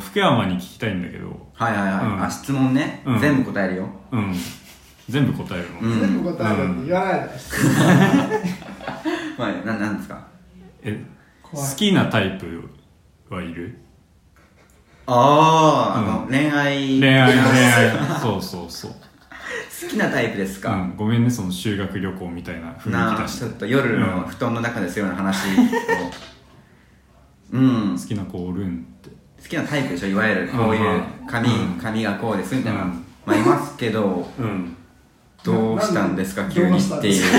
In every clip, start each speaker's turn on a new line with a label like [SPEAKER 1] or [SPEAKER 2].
[SPEAKER 1] 福山に聞きたいんだけど、
[SPEAKER 2] はいはいはい、
[SPEAKER 1] うん
[SPEAKER 2] あ質問ね、
[SPEAKER 1] うん
[SPEAKER 2] 全部答えるよ
[SPEAKER 1] うん。全部答えるの。
[SPEAKER 2] うん
[SPEAKER 3] 全部答えるって言わないで
[SPEAKER 2] まあななんですか
[SPEAKER 1] え、
[SPEAKER 3] 怖い
[SPEAKER 1] 好きなタイプはいる
[SPEAKER 2] ああ、あ
[SPEAKER 1] う
[SPEAKER 2] の恋愛
[SPEAKER 1] 恋愛、恋愛。そうそうそう。
[SPEAKER 2] 好きなタイプです
[SPEAKER 1] う
[SPEAKER 2] か、
[SPEAKER 1] ん、ごめんね、その修学旅行みたいな雰囲
[SPEAKER 2] な
[SPEAKER 1] 気
[SPEAKER 2] あ
[SPEAKER 1] 出し
[SPEAKER 2] ち
[SPEAKER 1] て
[SPEAKER 2] ょっ。と夜の布団の中でするような話をうん、
[SPEAKER 1] 好きな子おるんって。
[SPEAKER 2] 好きなタイプでしょいわゆるこういう髪、
[SPEAKER 1] うん
[SPEAKER 2] 髪がこうですみたいな、
[SPEAKER 1] うん
[SPEAKER 2] まあいますけど
[SPEAKER 1] うん。
[SPEAKER 2] どうしたんですか
[SPEAKER 3] な
[SPEAKER 2] 急に
[SPEAKER 3] どうした
[SPEAKER 2] っ
[SPEAKER 3] ん
[SPEAKER 2] て
[SPEAKER 3] です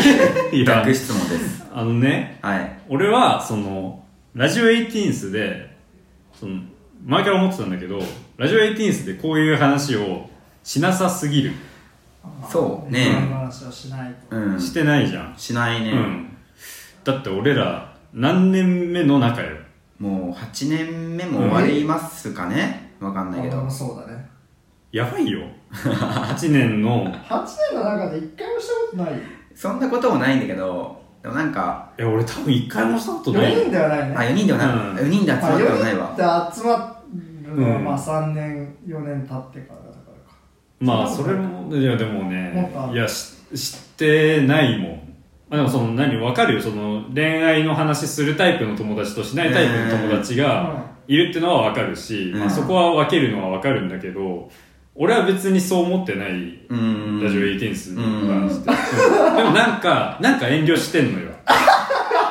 [SPEAKER 1] い
[SPEAKER 2] いう
[SPEAKER 1] や
[SPEAKER 2] 逆質問です
[SPEAKER 1] あのね、
[SPEAKER 2] はい
[SPEAKER 1] 俺は、その、ラジオエイティーンスで、その、前から思ってたんだけど、ラジオエイティーンスでこういう話をしなさすぎる。
[SPEAKER 2] そうね
[SPEAKER 3] 恋愛の話をしないと
[SPEAKER 2] うん
[SPEAKER 1] し
[SPEAKER 2] して
[SPEAKER 1] ないじゃん。
[SPEAKER 2] ないね、
[SPEAKER 1] うん。だって俺ら、何年目の仲よ。
[SPEAKER 2] もう8年目も終わりますかねわかんないけ
[SPEAKER 3] 俺
[SPEAKER 2] ど
[SPEAKER 3] もそうだね
[SPEAKER 1] やばいよ。8年の、
[SPEAKER 3] 8年の中で一回もしたことない
[SPEAKER 2] そんなこともないんだけどでもなんか
[SPEAKER 1] え、俺多分一回もしたことない。
[SPEAKER 3] 4人ではない
[SPEAKER 2] あ
[SPEAKER 3] ね
[SPEAKER 2] 4人ではな
[SPEAKER 1] うん
[SPEAKER 2] い、4人で集まってはないわ、
[SPEAKER 3] 4人って集まるのは
[SPEAKER 1] うん
[SPEAKER 3] まあ3年4年経ってからだからか
[SPEAKER 1] まあ、それも、いや、でも
[SPEAKER 3] もっとあ
[SPEAKER 1] ね、
[SPEAKER 3] る
[SPEAKER 1] いや、し知ってないもん。まあ、でもその、何、わかるよ。その、恋愛の話するタイプの友達としないタイプの友達がいるってのはわかるし、
[SPEAKER 2] うん
[SPEAKER 1] まあ、そこは分けるのはわかるんだけど、俺は別にそう思ってない。
[SPEAKER 2] うん
[SPEAKER 1] ラジオエイティーンスに関して。うんでもなんか、なんか遠慮してんの よ。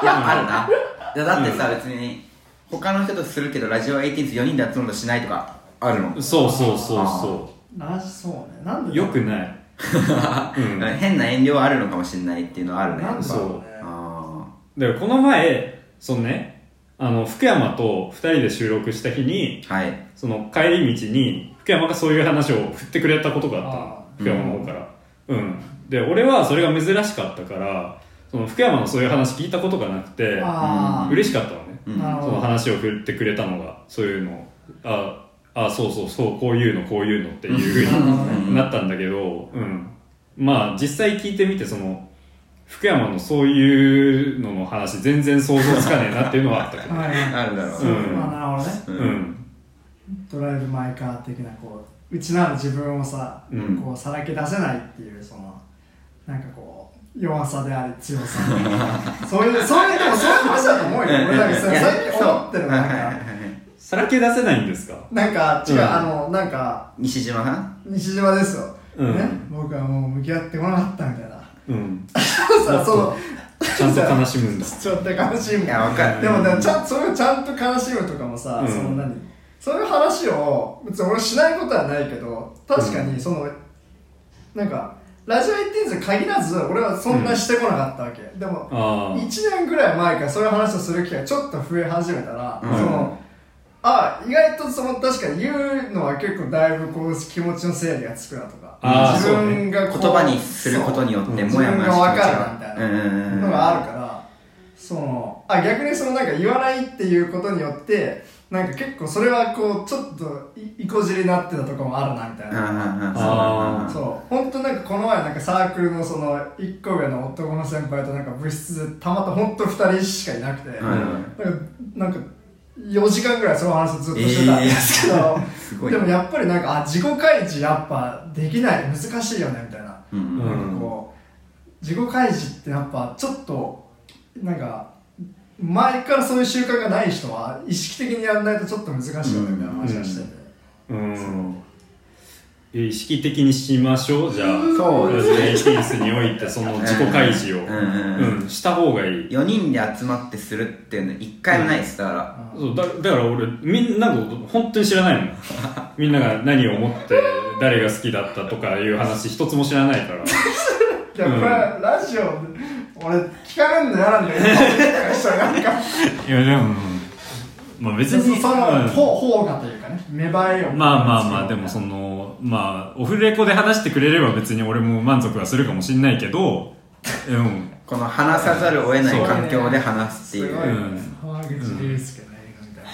[SPEAKER 2] いや、あるな。いや、だってさ、別に、他の人とするけど、ラジオ1804人で集まるとしないとか、あるの。
[SPEAKER 1] そうそうそうそ
[SPEAKER 3] なしそうねなん
[SPEAKER 1] う。
[SPEAKER 3] で
[SPEAKER 1] よくない。 うん
[SPEAKER 2] だから変な遠慮はあるのかもしれないっていうのはあるね。
[SPEAKER 3] なんだろうね
[SPEAKER 2] あ
[SPEAKER 1] だからこの前、そのね、あの、福山と二人で収録した日に、
[SPEAKER 2] あ。はい。
[SPEAKER 1] その帰り道に、福山がそういう話を振ってくれたことがあ
[SPEAKER 3] あ
[SPEAKER 1] ったの。福山の方から。うん。で、俺はそれが珍しかったから、その福山のそういう話聞いたことがなくて、
[SPEAKER 3] ああ
[SPEAKER 1] 嬉しかったのね。
[SPEAKER 2] うん。
[SPEAKER 3] なるほ
[SPEAKER 1] その話を振ってくれたのが、そういうの、あ、あ、そうそうそう、こういうの、こういうのっていうふうに
[SPEAKER 2] うん
[SPEAKER 1] なったんだけど、うん。まあ、実際聞いてみて、その、福山のそういうのの話、全然想像つかねえなっていうのはあったけど。
[SPEAKER 3] はい
[SPEAKER 2] あるだろう
[SPEAKER 3] そううんまあなるほどね
[SPEAKER 2] う。
[SPEAKER 1] うんん。
[SPEAKER 3] ドライブ・マイ・カー的なこう内なる自分をさ、
[SPEAKER 1] うん
[SPEAKER 3] こうさらけ出せないっていうそのなんかこう弱さであり強さ そういうそういうでもそういう話だと思うよ
[SPEAKER 2] うん
[SPEAKER 3] 俺だけそ
[SPEAKER 2] い
[SPEAKER 3] れ
[SPEAKER 2] や
[SPEAKER 3] 最近思ってる
[SPEAKER 2] そう
[SPEAKER 3] の
[SPEAKER 2] はいは
[SPEAKER 3] なん
[SPEAKER 2] いはいは
[SPEAKER 3] か
[SPEAKER 2] い
[SPEAKER 1] さらけ出せないんですか
[SPEAKER 3] なんか違う、
[SPEAKER 1] うん
[SPEAKER 3] あのなんか
[SPEAKER 2] 西島さん
[SPEAKER 3] 西島ですよ、
[SPEAKER 1] うん
[SPEAKER 3] ね僕はもう向き合ってこなかったみたいな
[SPEAKER 1] うん。
[SPEAKER 3] さ その
[SPEAKER 1] ちゃんと悲しむんだ。
[SPEAKER 3] ちょっと悲しむ
[SPEAKER 2] いや、わかる。
[SPEAKER 3] でもね、ちゃんそれをちゃんと悲しむとかもさ、
[SPEAKER 1] うん
[SPEAKER 3] その何そういう話を別に俺しないことはないけど確かにその、なんかラジオエッティーンズに限らず俺はそんなしてこなかったわけ、でも
[SPEAKER 1] あ
[SPEAKER 3] 1年ぐらい前からそういう話をする機会ちょっと増え始めたら、
[SPEAKER 2] うん
[SPEAKER 3] そのあ意外とその確かに言うのは結構だいぶこう気持ちの整理がつくなとか
[SPEAKER 1] あー
[SPEAKER 3] 自分がこ
[SPEAKER 2] 言
[SPEAKER 3] う
[SPEAKER 2] 葉にすることによって、
[SPEAKER 3] そう
[SPEAKER 2] もやもや
[SPEAKER 3] 自分がわ
[SPEAKER 2] し
[SPEAKER 3] か
[SPEAKER 2] て
[SPEAKER 3] るなみたいな、
[SPEAKER 2] うんうんうん。
[SPEAKER 3] のがあるからそのあ逆にそのなんか言わないっていうことによってなんか結構それはこうちょっといいこじりになってたとこもあるなみたい
[SPEAKER 2] うん
[SPEAKER 3] な、
[SPEAKER 2] うんうん。
[SPEAKER 1] あー
[SPEAKER 2] そう
[SPEAKER 3] そう本当なんかこの前なんかサークルのその1個上の男の先輩となんか部室でたまた本当2人しかいなくて、
[SPEAKER 2] うんうん
[SPEAKER 3] なんかなんか4時間ぐらいその話をずっとしてたんですけど、
[SPEAKER 2] すごい
[SPEAKER 3] で。もやっぱりなんかあ自己開示やっぱできない難しいよねみたいな
[SPEAKER 2] うんうん
[SPEAKER 1] うん
[SPEAKER 3] なんかこう自己開示ってやっぱちょっとなんか前からそういう習慣がない人は意識的にやらないとちょっと難しいよねみたいな話がしてて、
[SPEAKER 1] あ。うん。え意識的にしましょう、じゃあ。
[SPEAKER 2] そう
[SPEAKER 1] ラ
[SPEAKER 2] で
[SPEAKER 1] ジ
[SPEAKER 2] す
[SPEAKER 1] オエイティ
[SPEAKER 2] ね。
[SPEAKER 1] ーンスにおいて、その自己開示を、
[SPEAKER 2] うんうんうん
[SPEAKER 1] うんした方がいい。
[SPEAKER 2] 4人で集まってするっていうの一回もないです、だから。
[SPEAKER 1] そうだだから俺みんなのこと本当に知らない もんみんなが何を思って誰が好きだったとかいう話一つも知らないから
[SPEAKER 3] いやこれラジオ俺聞かれるの嫌なんだよねなんか
[SPEAKER 1] いやでもまあ別
[SPEAKER 3] その
[SPEAKER 1] に
[SPEAKER 3] そ
[SPEAKER 1] うん
[SPEAKER 3] の方がというかね芽生えよ
[SPEAKER 1] まあまあまあでもそのまあオフレコで話してくれれば別に俺も満足はするかもしんないけどうん
[SPEAKER 2] この話さざるを得ない環境で話すってい
[SPEAKER 3] す
[SPEAKER 2] う。
[SPEAKER 3] ごいね
[SPEAKER 1] うん
[SPEAKER 3] 沢口竜介の映画みたいな、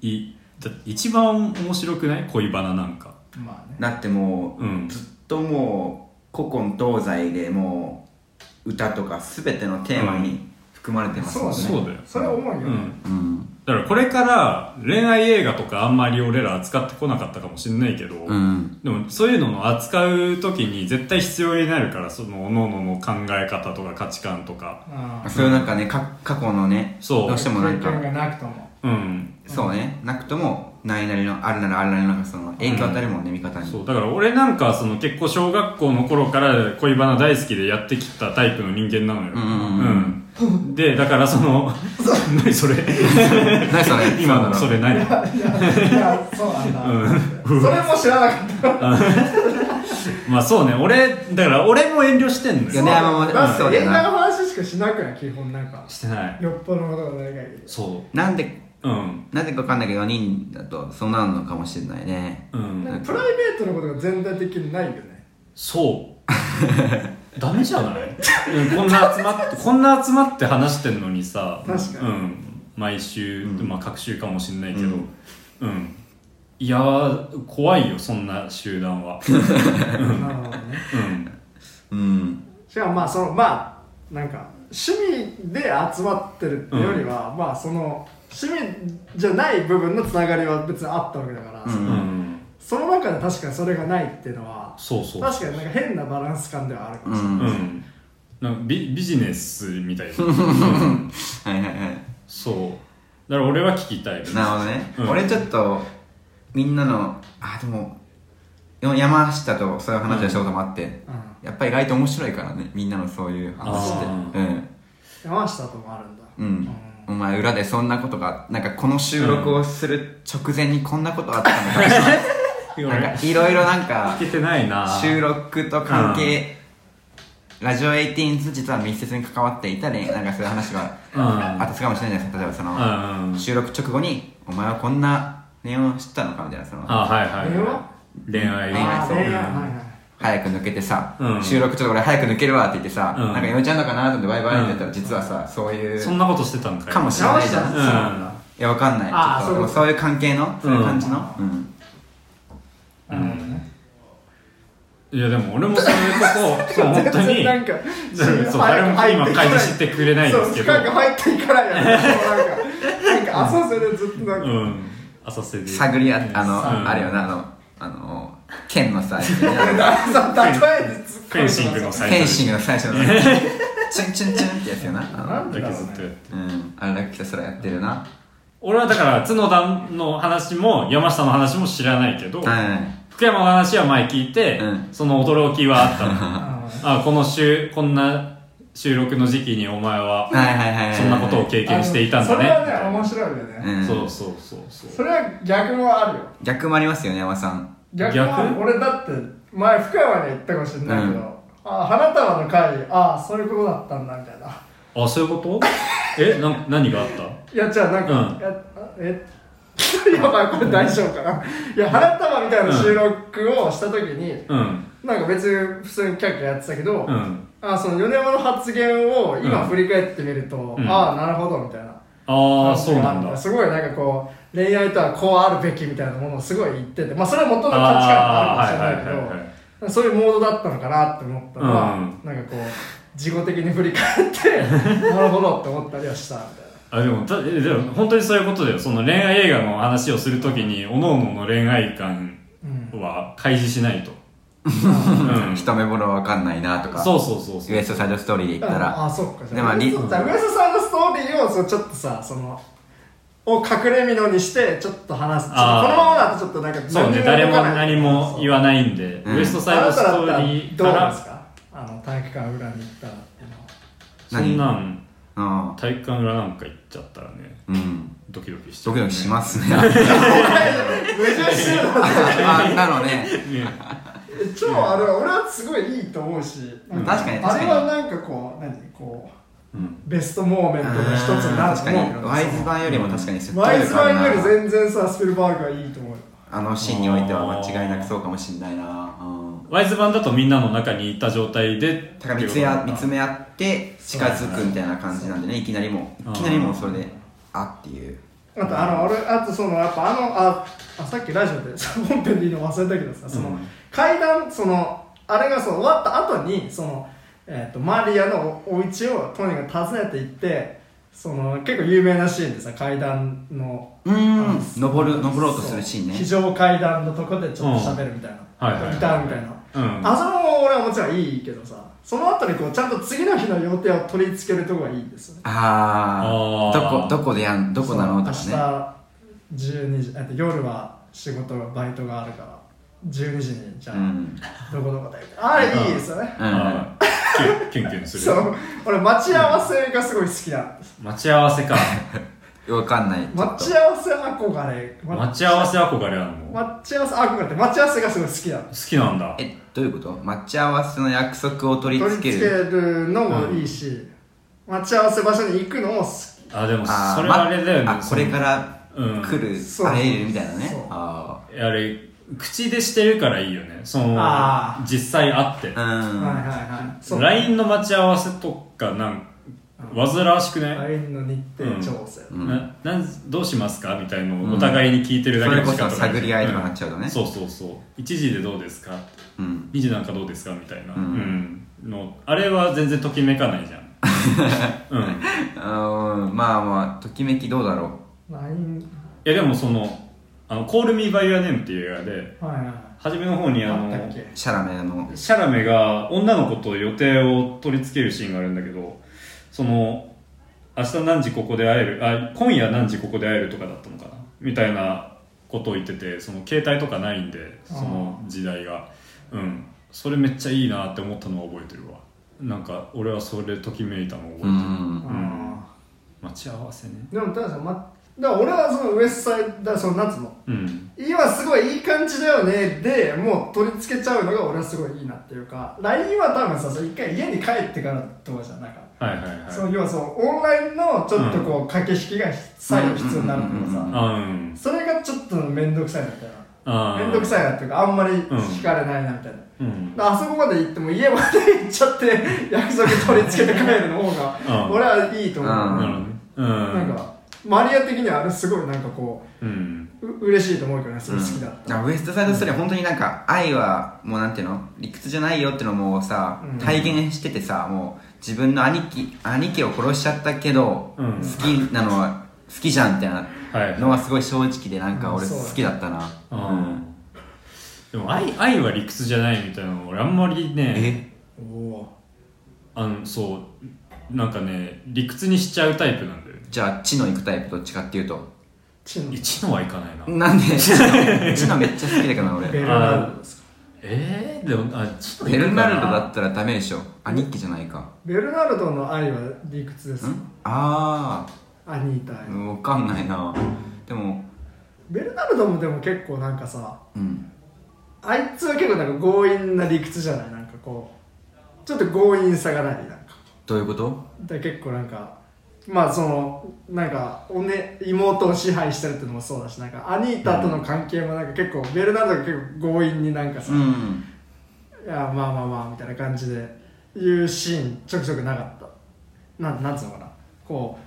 [SPEAKER 1] いいだって一番面白くない恋バナなんか
[SPEAKER 3] まあね
[SPEAKER 2] だってもう、
[SPEAKER 1] うん
[SPEAKER 2] ずっともう古今東西でもう歌とか全てのテーマに含まれてますもんね、
[SPEAKER 1] そうだよ
[SPEAKER 3] それ思う
[SPEAKER 1] う
[SPEAKER 3] よ、ね
[SPEAKER 1] ん
[SPEAKER 2] うん
[SPEAKER 1] だからこれから恋愛映画とかあんまり俺ら扱ってこなかったかもしんないけど、
[SPEAKER 2] うん
[SPEAKER 1] でもそういうのの扱う時に絶対必要になるからその各々の考え方とか価値観とか
[SPEAKER 3] あ
[SPEAKER 2] そういうなんかねか過去のね
[SPEAKER 1] そう
[SPEAKER 2] どうしてもなん
[SPEAKER 3] 経験
[SPEAKER 2] か
[SPEAKER 3] がなくとも
[SPEAKER 1] うん
[SPEAKER 2] そうねなくともないなりのあるならあるなりのなんかその影響与えるもんね、味方に
[SPEAKER 1] そうだから俺なんかその結構小学校の頃から恋バナ大好きでやってきたタイプの人間なのよ、
[SPEAKER 2] うん
[SPEAKER 1] うんでだからそ の何それ
[SPEAKER 2] 何それ
[SPEAKER 1] 今のそれ何
[SPEAKER 3] いやいやそうなんだ、
[SPEAKER 1] うん
[SPEAKER 3] それも知らなかった
[SPEAKER 1] まあそうね俺だから俺も遠慮してんの
[SPEAKER 2] いや
[SPEAKER 1] よ
[SPEAKER 2] ねまあまあ
[SPEAKER 3] だって
[SPEAKER 2] そうだよ
[SPEAKER 3] 映
[SPEAKER 2] な
[SPEAKER 3] 画の話しかしなくない基本なんか
[SPEAKER 1] してない
[SPEAKER 3] よっぽどのことがない限り
[SPEAKER 1] そ
[SPEAKER 2] なんで
[SPEAKER 1] ううん
[SPEAKER 2] なぜかわかんないけど4人だとそうなるのかもしれないね
[SPEAKER 1] うん
[SPEAKER 3] なんかプライベートのことが全体的にないよ ね
[SPEAKER 1] そうダメじゃない、うん、こんな集まってこんな集まって話してんのにさ
[SPEAKER 3] 確かに
[SPEAKER 1] うん、毎週、
[SPEAKER 2] うん
[SPEAKER 1] まあ各週かもしんないけど
[SPEAKER 2] う
[SPEAKER 1] うん
[SPEAKER 2] ん、
[SPEAKER 1] いやー怖いよそんな集団は
[SPEAKER 3] なるほどね
[SPEAKER 1] うん
[SPEAKER 2] うん
[SPEAKER 3] しかもまあそのまあなんか趣味で集まってるってよりは、まあその趣味じゃない部分のつながりは別にあったわけだから、
[SPEAKER 2] うん
[SPEAKER 1] うん
[SPEAKER 3] その中で確かにそれがないっていうのは
[SPEAKER 1] そうそう
[SPEAKER 3] 確かになんか変なバランス感ではある
[SPEAKER 2] う
[SPEAKER 3] かもしれない、
[SPEAKER 2] ん、
[SPEAKER 1] う
[SPEAKER 2] はい
[SPEAKER 1] んなんかビビジネスみ たいな、うん
[SPEAKER 2] はいはい
[SPEAKER 1] そうだから俺は聞きたい
[SPEAKER 2] なるほどね、
[SPEAKER 1] うん
[SPEAKER 2] 俺ちょっとみんなのあでも山下とそういう話をしたこともあって、
[SPEAKER 3] うん
[SPEAKER 2] やっぱり意外と面白いからねみんなのそういう話ってうん
[SPEAKER 3] 山下ともあるんだ
[SPEAKER 2] うん、お前裏でそんなことがなんかこの収録をする直前にこんなことあったのかな
[SPEAKER 1] 俺
[SPEAKER 2] なんかいろいろなんか
[SPEAKER 1] 聞けてないな
[SPEAKER 2] 収録と関係、ラジオ18実は密接に関わっていたりなんかそういう話が
[SPEAKER 1] うん
[SPEAKER 2] あったかもしれないじゃないですか例えばその、
[SPEAKER 1] うんうん
[SPEAKER 2] 収録直後に「お前はこんなネオン知ったのか」みたいなその
[SPEAKER 1] あはいはい
[SPEAKER 3] 電話
[SPEAKER 1] 恋愛
[SPEAKER 2] 恋愛
[SPEAKER 3] あー
[SPEAKER 2] そう
[SPEAKER 3] 恋愛はいはい
[SPEAKER 2] 早く抜けてさ、
[SPEAKER 1] うん
[SPEAKER 2] 収録ちょっと俺早く抜けるわって言ってさ、
[SPEAKER 1] うん
[SPEAKER 2] なんか嫁ちゃんのかなと思ってバイバイって言った
[SPEAKER 1] う
[SPEAKER 2] ら
[SPEAKER 1] ん
[SPEAKER 2] 実はさそういう
[SPEAKER 1] そんなことしてたんかい
[SPEAKER 2] かもしれないじゃん、
[SPEAKER 1] う
[SPEAKER 3] 直し
[SPEAKER 1] ん
[SPEAKER 3] た
[SPEAKER 2] いやわかんない
[SPEAKER 3] あー
[SPEAKER 2] ちょっと
[SPEAKER 3] そういうこと
[SPEAKER 2] そういう関係のそういう感じの、うん
[SPEAKER 3] なるほどね
[SPEAKER 1] いやでも俺もそういうこと をそう本当
[SPEAKER 3] 全
[SPEAKER 1] に
[SPEAKER 3] 然なんか
[SPEAKER 1] そう誰も今開示してくれないんですけど
[SPEAKER 3] そう深く入っていかないやつなんかなんか浅瀬でずっとなん
[SPEAKER 1] う
[SPEAKER 3] か、
[SPEAKER 1] ん浅瀬で
[SPEAKER 2] 探りあ
[SPEAKER 1] うん
[SPEAKER 2] あの、
[SPEAKER 1] うん
[SPEAKER 2] あるよなあのあの剣のさフ
[SPEAKER 3] さ例えに突っ込んで
[SPEAKER 1] フェンシングの 最初
[SPEAKER 2] ェンシングの 最初のチュンチュンチュンってやつよなあ
[SPEAKER 3] なん
[SPEAKER 2] の
[SPEAKER 3] だろうね
[SPEAKER 1] ずっとやって
[SPEAKER 2] うんあれだけひたすらやってるな
[SPEAKER 1] 俺はだから角田の話も山下の話も知らないけど
[SPEAKER 2] はい
[SPEAKER 1] 福山の話は前聞いて
[SPEAKER 2] うん
[SPEAKER 1] その驚きはあったの
[SPEAKER 3] あ
[SPEAKER 1] あこの週こんな収録の時期にお前は
[SPEAKER 2] はいはいはいはい
[SPEAKER 1] そんなことを経
[SPEAKER 3] ー
[SPEAKER 1] 験していたんだ
[SPEAKER 3] それはね
[SPEAKER 1] ね
[SPEAKER 3] 面白いよね、
[SPEAKER 2] うん
[SPEAKER 1] そうそうそうそう
[SPEAKER 3] それは逆もあるよ
[SPEAKER 2] 逆もありますよね山さん
[SPEAKER 3] 逆もある
[SPEAKER 1] 逆
[SPEAKER 3] 俺だって前福山には言ったかもしれないけど、
[SPEAKER 2] うん
[SPEAKER 3] あ花束の会ああそういうことだったんだみたいな
[SPEAKER 1] あ、そういう ことえ、なん、何があった
[SPEAKER 3] いやじゃあなんか、
[SPEAKER 1] うん
[SPEAKER 3] いやあえ やばいこれ大丈夫かな、いや花束みたいな収録をした時に、
[SPEAKER 1] うん。
[SPEAKER 3] なんか別に普通にキャッキャやってたけど、
[SPEAKER 1] うん。
[SPEAKER 3] あその米山の発言を
[SPEAKER 1] う
[SPEAKER 3] 今
[SPEAKER 1] ん
[SPEAKER 3] 振り返ってみると、
[SPEAKER 1] ん
[SPEAKER 3] ああなるほどみたいな
[SPEAKER 1] ああ、そうなん
[SPEAKER 3] 感じ
[SPEAKER 1] だ
[SPEAKER 3] があって。すごいなんかこう恋愛とはこうあるべきみたいなものをすごい言っててまあそれは元の価値観が
[SPEAKER 1] あ
[SPEAKER 3] あるか
[SPEAKER 1] ー
[SPEAKER 3] もしれ
[SPEAKER 1] はい
[SPEAKER 3] ない
[SPEAKER 1] はい
[SPEAKER 3] け
[SPEAKER 1] はいは
[SPEAKER 3] ど
[SPEAKER 1] い。
[SPEAKER 3] そういうモードだったのかなって思ったのは、
[SPEAKER 1] うん
[SPEAKER 3] なんかこう自己的に振り返っ てなるほどって思ったりはしたみた
[SPEAKER 1] あ、
[SPEAKER 3] いな。
[SPEAKER 1] でも、たえでも本当にそういうことだよ。その恋愛映画の話をするときに、各々の恋愛観
[SPEAKER 3] うん
[SPEAKER 1] は開示しないと。うん。
[SPEAKER 2] 一目ぼれわかんないなとか
[SPEAKER 1] そうそうそう
[SPEAKER 2] ウ
[SPEAKER 1] そう。
[SPEAKER 2] エストサイドストーリーで言った
[SPEAKER 3] あ
[SPEAKER 2] ら
[SPEAKER 3] あそっかじ
[SPEAKER 2] で
[SPEAKER 3] ゃ
[SPEAKER 2] ま
[SPEAKER 3] あ
[SPEAKER 2] あ
[SPEAKER 3] 上
[SPEAKER 2] リ
[SPEAKER 3] 瀬さん上瀬さんのストーリーをそうちょっとさそのを隠れみのにしてちょっと話すちょっとこ
[SPEAKER 1] あー
[SPEAKER 3] のままだとちょっとなんか
[SPEAKER 1] そうね、誰も何も言わないんで、
[SPEAKER 2] うん
[SPEAKER 1] ウエストサイ
[SPEAKER 3] な
[SPEAKER 1] ド
[SPEAKER 3] い
[SPEAKER 1] ストーリーか
[SPEAKER 3] どう
[SPEAKER 1] ら、
[SPEAKER 3] ですか あの体育館裏に行ったらっていうのは
[SPEAKER 1] そんなん、
[SPEAKER 2] うん
[SPEAKER 1] 体育館裏なんか行っちゃったらね、
[SPEAKER 2] うん
[SPEAKER 1] ドキドキしちゃ
[SPEAKER 2] ド
[SPEAKER 1] う、。
[SPEAKER 2] キドキしますすねあ
[SPEAKER 3] 矛盾してる
[SPEAKER 2] な
[SPEAKER 3] な
[SPEAKER 2] のね
[SPEAKER 1] ね
[SPEAKER 3] 超あれは俺はすごいいいと思うし
[SPEAKER 2] ん確かに
[SPEAKER 3] あ
[SPEAKER 2] 確か
[SPEAKER 3] れ
[SPEAKER 2] に
[SPEAKER 3] はなんかこう何こ
[SPEAKER 1] うん。
[SPEAKER 3] うベストモーメントの一つになる
[SPEAKER 2] 確
[SPEAKER 3] と
[SPEAKER 2] か
[SPEAKER 3] 思うよ
[SPEAKER 2] にワイズ版よりも確かに
[SPEAKER 3] そ
[SPEAKER 2] 説
[SPEAKER 3] のワイズ版より
[SPEAKER 2] な
[SPEAKER 3] 全然さスピルバーグはいいと思うよ
[SPEAKER 2] あのシーンにおいては間違いなくそうかもしんないなうん
[SPEAKER 1] ワイズ版だとみんなの中にいた状態で、
[SPEAKER 2] だから見つや見つめ合って近づくみたいな感じなんでねいきなりも
[SPEAKER 1] う
[SPEAKER 2] いきなりもうそれであっていう
[SPEAKER 3] あとあの俺あとそのやっぱあのああさっきラジオで その本編でいいの忘れたけどさその、
[SPEAKER 1] うん
[SPEAKER 3] 階段そのあれがその終わった後にそのえっ、とマリアのおお家をトニーが訪ねて行ってその結構有名なシーンでさ階段の
[SPEAKER 2] う
[SPEAKER 3] あの
[SPEAKER 2] ん登る登ろうとするシーン
[SPEAKER 3] そう非
[SPEAKER 2] ね
[SPEAKER 3] 常階段のとこでちょっと喋るみたいな、
[SPEAKER 1] うんはいはいはい
[SPEAKER 3] ギターみたいな、
[SPEAKER 1] うん
[SPEAKER 3] あそこも俺はもちろんいいけどさその後にこうちゃんと次の日の予定を取り付けるとこがいいんですよね
[SPEAKER 2] あ
[SPEAKER 1] あー
[SPEAKER 2] あどこどこでやんどこなのとか
[SPEAKER 3] そう
[SPEAKER 2] ね
[SPEAKER 3] 明日12時あと夜は仕事バイトがあるから12時にじゃ
[SPEAKER 2] う
[SPEAKER 3] あ、
[SPEAKER 2] ん
[SPEAKER 3] どこどこだよあれいいですよね、
[SPEAKER 2] うん
[SPEAKER 1] あーキュンキュンキュンする
[SPEAKER 3] そう俺待ち合わせがすごい好きなんです
[SPEAKER 1] 待ち合わせか
[SPEAKER 2] わかんないちょっ
[SPEAKER 3] 待
[SPEAKER 2] と
[SPEAKER 3] ち合わせ憧れ
[SPEAKER 1] 待ち合わせ憧れあるの好
[SPEAKER 3] 待ち合わせ憧れって待ち合わせがすごい好きなの
[SPEAKER 1] きなんだ
[SPEAKER 2] えどういうこと待ち合わせの約束を取り
[SPEAKER 3] 取り
[SPEAKER 2] 付け
[SPEAKER 3] 付け
[SPEAKER 2] る
[SPEAKER 3] るのもいいし、待ち合わせ場所に行くのも好き
[SPEAKER 1] あでもそ
[SPEAKER 2] あー
[SPEAKER 1] れはあれだよね
[SPEAKER 2] まあこれから
[SPEAKER 1] うん
[SPEAKER 2] 来る
[SPEAKER 3] そう
[SPEAKER 2] あれみたいなね
[SPEAKER 3] そう
[SPEAKER 2] あ
[SPEAKER 1] あれ口でしてるからいいよねその
[SPEAKER 3] あ
[SPEAKER 1] 実際会って
[SPEAKER 2] あうん
[SPEAKER 3] はいはいはいそう
[SPEAKER 1] LINE の待ち合わせとかなん煩わしくない、
[SPEAKER 3] LINE の日程調整、
[SPEAKER 2] うん
[SPEAKER 1] ななんどうしますかみたいの
[SPEAKER 2] うん
[SPEAKER 1] をお互いに聞いてるだ
[SPEAKER 2] そ
[SPEAKER 1] け
[SPEAKER 2] れ
[SPEAKER 1] の
[SPEAKER 2] こ
[SPEAKER 1] 時間
[SPEAKER 2] そ
[SPEAKER 1] とか
[SPEAKER 2] 探り合いとかなっちゃうとね
[SPEAKER 1] そうそうそう1時でどうですか
[SPEAKER 2] うん
[SPEAKER 1] 2時なんかどうですかみたいな、
[SPEAKER 2] う
[SPEAKER 1] うんのあれは全然ときめかないじゃんうんい
[SPEAKER 2] うんまあまあときめきどうだろ
[SPEAKER 3] LINE
[SPEAKER 1] やでもその「あの Call Me By Your Name」っていう映画で
[SPEAKER 3] はいはいは
[SPEAKER 1] 初めの方に
[SPEAKER 3] い
[SPEAKER 1] あ
[SPEAKER 3] あ
[SPEAKER 1] の
[SPEAKER 3] ったっけ
[SPEAKER 2] うシャラメの
[SPEAKER 1] シャラメが女の子と予定を取り付けるシーンがあるんだけどその明日何時ここで会えるあ今夜何時ここで会えるとかだったのかなみたいなことを言っててその携帯とかないんでその時代がうんそれめっちゃいいなって思ったのは覚えてるわなんか俺はそれときめいたのを覚えて
[SPEAKER 2] う
[SPEAKER 1] る、
[SPEAKER 2] ん
[SPEAKER 3] あ
[SPEAKER 1] 待ち合わせね
[SPEAKER 3] ーでも確かに、ま、だから俺はそのウエストサイドだからその夏の
[SPEAKER 1] うん
[SPEAKER 3] 今すごいいい感じだよねでもう取り付けちゃうのが俺はすごいいいなっていうか LINE は多分さそれ一回家に帰ってからとかじゃんなんか
[SPEAKER 1] はいはいはい
[SPEAKER 3] その要はそのオンラインのちょっとこう駆け引きが最後必要になるとか
[SPEAKER 2] うんうんうんうん
[SPEAKER 3] さ
[SPEAKER 1] あうん
[SPEAKER 3] それがちょっと面倒くさいなみたいな
[SPEAKER 1] あ
[SPEAKER 3] 面倒く
[SPEAKER 1] い
[SPEAKER 3] さいなっていうかあんまり聞かれないなみたいな、
[SPEAKER 1] うん
[SPEAKER 3] あそこまで行っても家まで行っちゃって 約束取り付けて帰るの方が
[SPEAKER 1] あ
[SPEAKER 3] 俺はいいと思う、
[SPEAKER 2] うん
[SPEAKER 1] なるほどねうん
[SPEAKER 3] なんかマリア的にはあれすごいなんかこ
[SPEAKER 1] うん
[SPEAKER 3] うう嬉しいと思うけどねすごい好きだった、
[SPEAKER 2] うんあウエストサイドストーリーは本当になんか愛はもうなんていうの理屈じゃないよってのもさ
[SPEAKER 3] うん
[SPEAKER 2] 体現しててさもう自分の兄貴兄貴を殺しちゃったけど、
[SPEAKER 1] うん
[SPEAKER 2] 好きなのは好きじゃんってな
[SPEAKER 1] はいはい
[SPEAKER 2] のはすごい正直でなんか俺
[SPEAKER 3] うんそうだね
[SPEAKER 2] 好きだったな、
[SPEAKER 1] うんでも愛愛は理屈じゃないみたいなの俺あんまりね
[SPEAKER 2] え
[SPEAKER 3] おお
[SPEAKER 1] あのそうなんかね理屈にしちゃうタイプなんだよね
[SPEAKER 2] じゃあ知の行くタイプどっちかっていうと
[SPEAKER 3] チン
[SPEAKER 1] 一のはいかないな
[SPEAKER 2] なんで 知の知のめっちゃ好きだけどな俺
[SPEAKER 3] ベルナルドですか
[SPEAKER 1] えー、でもあちょっと
[SPEAKER 2] ベルナルドだ
[SPEAKER 1] だ
[SPEAKER 2] ったらダメでしょ兄貴じゃないかん
[SPEAKER 3] ベルナルドの愛は理屈です
[SPEAKER 2] あ
[SPEAKER 3] アニータ
[SPEAKER 2] あ
[SPEAKER 3] 愛
[SPEAKER 2] 分かんないなでも
[SPEAKER 3] ベルナルドもでも結構なんかさ
[SPEAKER 2] うん
[SPEAKER 3] あいつは結構なんか強引な理屈じゃないなんかこうちょっと強引さがないなんか
[SPEAKER 2] どういうこと
[SPEAKER 3] で結構なんかまあそのなんかお、ね、妹を支配してるってのもそうだしなんかアニータとの関係もなんか結構、ベルナルドが結構強引になんかさ、
[SPEAKER 2] う
[SPEAKER 3] い
[SPEAKER 2] ん
[SPEAKER 3] やまあまあまあみたいな感じで言うシーンちょくちょくなかったなんなんつうのかなこ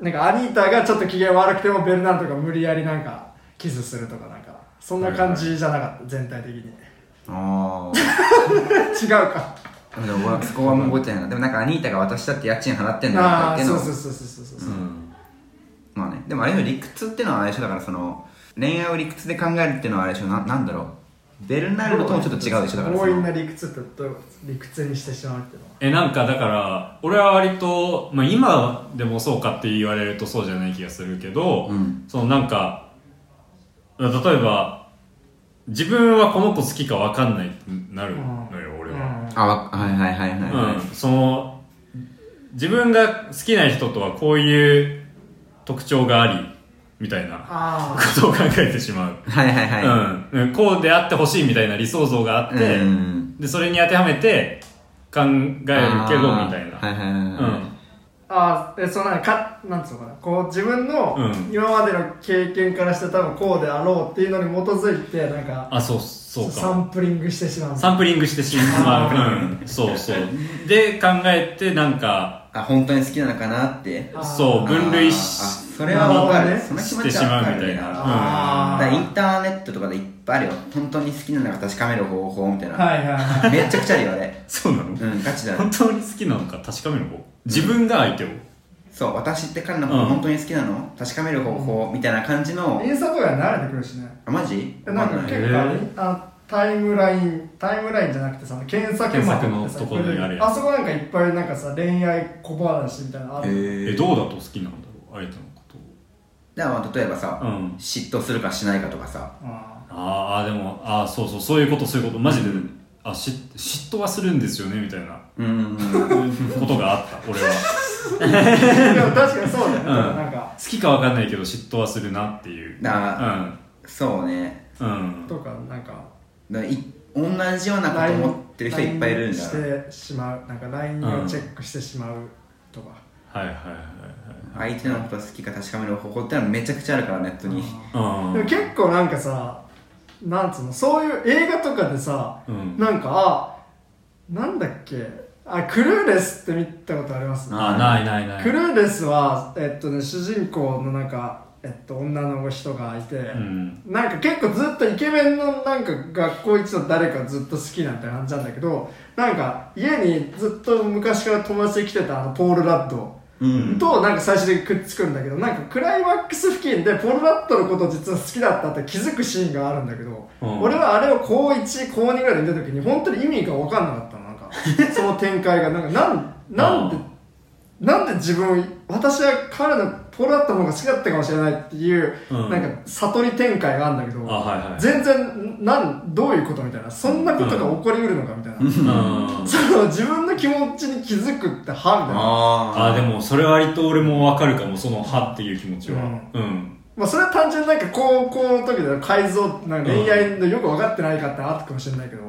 [SPEAKER 3] うなんかアニータがちょっと機嫌悪くてもベルナルドが無理やりなんかキスするとかなんかそんな感じじゃなかった全体的に
[SPEAKER 2] あ
[SPEAKER 3] 違うか
[SPEAKER 2] あでも 俺そこはもう覚えてないなでもなんかアニータが私だって家賃払ってんだよと
[SPEAKER 3] あ
[SPEAKER 2] か言
[SPEAKER 3] あ
[SPEAKER 2] って
[SPEAKER 3] そ
[SPEAKER 2] ん
[SPEAKER 3] う
[SPEAKER 2] の
[SPEAKER 3] そうそうそうそうそう、
[SPEAKER 1] うん
[SPEAKER 2] まあねでもあれの理屈っていうのはあれでしょだからその恋愛を理屈で考えるっていうのはあれでしょななんだろうベルナルドともちょっと違うでしょだからそ
[SPEAKER 3] 強引な
[SPEAKER 2] の
[SPEAKER 3] 理屈ってどういうこと理屈にしてしまうっていうのは
[SPEAKER 1] えなんかだから俺は割と、まあ、今でもそうかって言われるとそうじゃない気がするけど、
[SPEAKER 2] うん
[SPEAKER 1] そのなんか例えば自分はこの子好きか分かんないってなるのよ、俺は、
[SPEAKER 3] うん
[SPEAKER 2] あわはいはいはいはいはい、
[SPEAKER 1] うん、その自分が好きな人とはこういう特徴がありみたいな
[SPEAKER 3] あ
[SPEAKER 1] ことを考えてしまう、
[SPEAKER 2] はいはいはい
[SPEAKER 1] うん、こうであってほしいみたいな理想像があって、
[SPEAKER 2] うん
[SPEAKER 1] でそれに当てはめて考えるけど
[SPEAKER 2] あー
[SPEAKER 1] みたいな、
[SPEAKER 2] はいはいはいはい
[SPEAKER 3] ああえそのなんかなんつうのかなこう自分の
[SPEAKER 1] うん
[SPEAKER 3] 今までの経験からして多分こうであろうっていうのに基づいてなん
[SPEAKER 1] う
[SPEAKER 3] か
[SPEAKER 1] ん、あそうそう
[SPEAKER 3] サ
[SPEAKER 1] か
[SPEAKER 3] ンプリングしてしまう
[SPEAKER 1] サンプリングしてしま
[SPEAKER 3] あ
[SPEAKER 1] う、うん、そうそうで考えてなんか
[SPEAKER 2] あ本当に好きなのかなって
[SPEAKER 3] あー
[SPEAKER 1] そう分類し
[SPEAKER 2] あーあそれはわか
[SPEAKER 3] な
[SPEAKER 2] る
[SPEAKER 3] るほ
[SPEAKER 2] そ
[SPEAKER 3] ど
[SPEAKER 2] の
[SPEAKER 3] ね
[SPEAKER 2] 気
[SPEAKER 1] し
[SPEAKER 2] 持
[SPEAKER 1] て
[SPEAKER 2] ち
[SPEAKER 1] し
[SPEAKER 2] は
[SPEAKER 1] ま
[SPEAKER 2] わ
[SPEAKER 1] う
[SPEAKER 2] か
[SPEAKER 1] み
[SPEAKER 2] る
[SPEAKER 1] たい
[SPEAKER 2] だ
[SPEAKER 1] な、
[SPEAKER 2] か
[SPEAKER 3] あ
[SPEAKER 2] らインターネットとかでいっぱいあるよ本当に好きなのが確かめる方法みたいな、
[SPEAKER 3] はいはいはい
[SPEAKER 2] めっちゃくちゃあるよあれ
[SPEAKER 1] うん、そうなの
[SPEAKER 2] うんガチだよ
[SPEAKER 1] 本当に好きなのか確かめる方自分が相手を
[SPEAKER 2] そう私って彼のこと
[SPEAKER 1] うん
[SPEAKER 2] 本当に好きなの、確かめる方法みたいな感じの、
[SPEAKER 3] インスタとかに慣れてくるしね
[SPEAKER 2] あマジ
[SPEAKER 3] でなんか
[SPEAKER 2] わかんない
[SPEAKER 3] 結
[SPEAKER 1] へ
[SPEAKER 3] 構
[SPEAKER 1] ー
[SPEAKER 3] あタイムラインタイムラインじゃなくてさ検索幕
[SPEAKER 1] 検索のところにあるやつ
[SPEAKER 3] あそこなんかいっぱいなんかさ恋愛小話みたいなのあ
[SPEAKER 2] へ
[SPEAKER 3] る
[SPEAKER 1] え
[SPEAKER 2] ー
[SPEAKER 1] どうだと好きなんだろう相手のことを
[SPEAKER 2] だからまあ例えばさ、
[SPEAKER 1] うん
[SPEAKER 2] 嫉妬するかしないかとかさ
[SPEAKER 3] あ
[SPEAKER 1] あーあーでもあーそうそうそういうことそういうことマジで、あし嫉妬はするんですよねみたいな
[SPEAKER 2] うんう ん
[SPEAKER 1] ことがあった俺 は
[SPEAKER 3] ーでも確かにそうだよね、
[SPEAKER 1] ん
[SPEAKER 3] なんか
[SPEAKER 1] 好きかわかんないけど嫉妬はするなっていう
[SPEAKER 2] あそうね
[SPEAKER 1] うんうん
[SPEAKER 3] とかなんか
[SPEAKER 2] だからい同じようなこと思ってる人いっぱいいるんだ
[SPEAKER 3] LINE してしまうなんか LINE をチェックしてしまうとか、
[SPEAKER 1] はいはいはいはい
[SPEAKER 2] 相手のこと好きか確かめる方法ってのはめちゃくちゃあるからネット
[SPEAKER 1] う
[SPEAKER 2] に
[SPEAKER 1] ん
[SPEAKER 3] でも結構なんかさなんつうのそういう映画とかでさ、
[SPEAKER 1] うん
[SPEAKER 3] なんかあなんだっけあクルーレスって見たことあります
[SPEAKER 1] あーないないない
[SPEAKER 3] クルーレスは、えっとね、主人公のなんか、えっと、女の人がいて、
[SPEAKER 1] うん
[SPEAKER 3] なんか結構ずっとイケメンのなんか学校一の誰かずっと好きなんて感じなんだけどなんか家にずっと昔から友達で来てたあのポール・ラッド
[SPEAKER 2] うん
[SPEAKER 3] となんか最終的にくっつくんだけどなんかクライマックス付近でポール・ラッドのこと実は好きだったって気づくシーンがあるんだけど、
[SPEAKER 1] うん
[SPEAKER 3] 俺はあれを高1高2ぐらいで見た時に本当に意味が分かんなかったのなんか その展開がなんかなんなんで
[SPEAKER 1] うん
[SPEAKER 3] なんで自分私は彼のポール・ラッドの方が好きだったかもしれないっていう、
[SPEAKER 1] うん
[SPEAKER 3] なんか悟り展開があるんだけど、
[SPEAKER 1] あはいはい
[SPEAKER 3] 全然なんどういうことみたいなそんなことが起こりうるのかみたいな、
[SPEAKER 1] うん
[SPEAKER 3] その自分の気持ちに気づくってはみたいな
[SPEAKER 2] あ
[SPEAKER 1] あーでもそれ割と俺もわかるかもその「は」っていう気持ちはうん、
[SPEAKER 3] まあそれは単純になんか高校の時の改造なんか恋愛のよく分かってないかってあったかもしれないけど、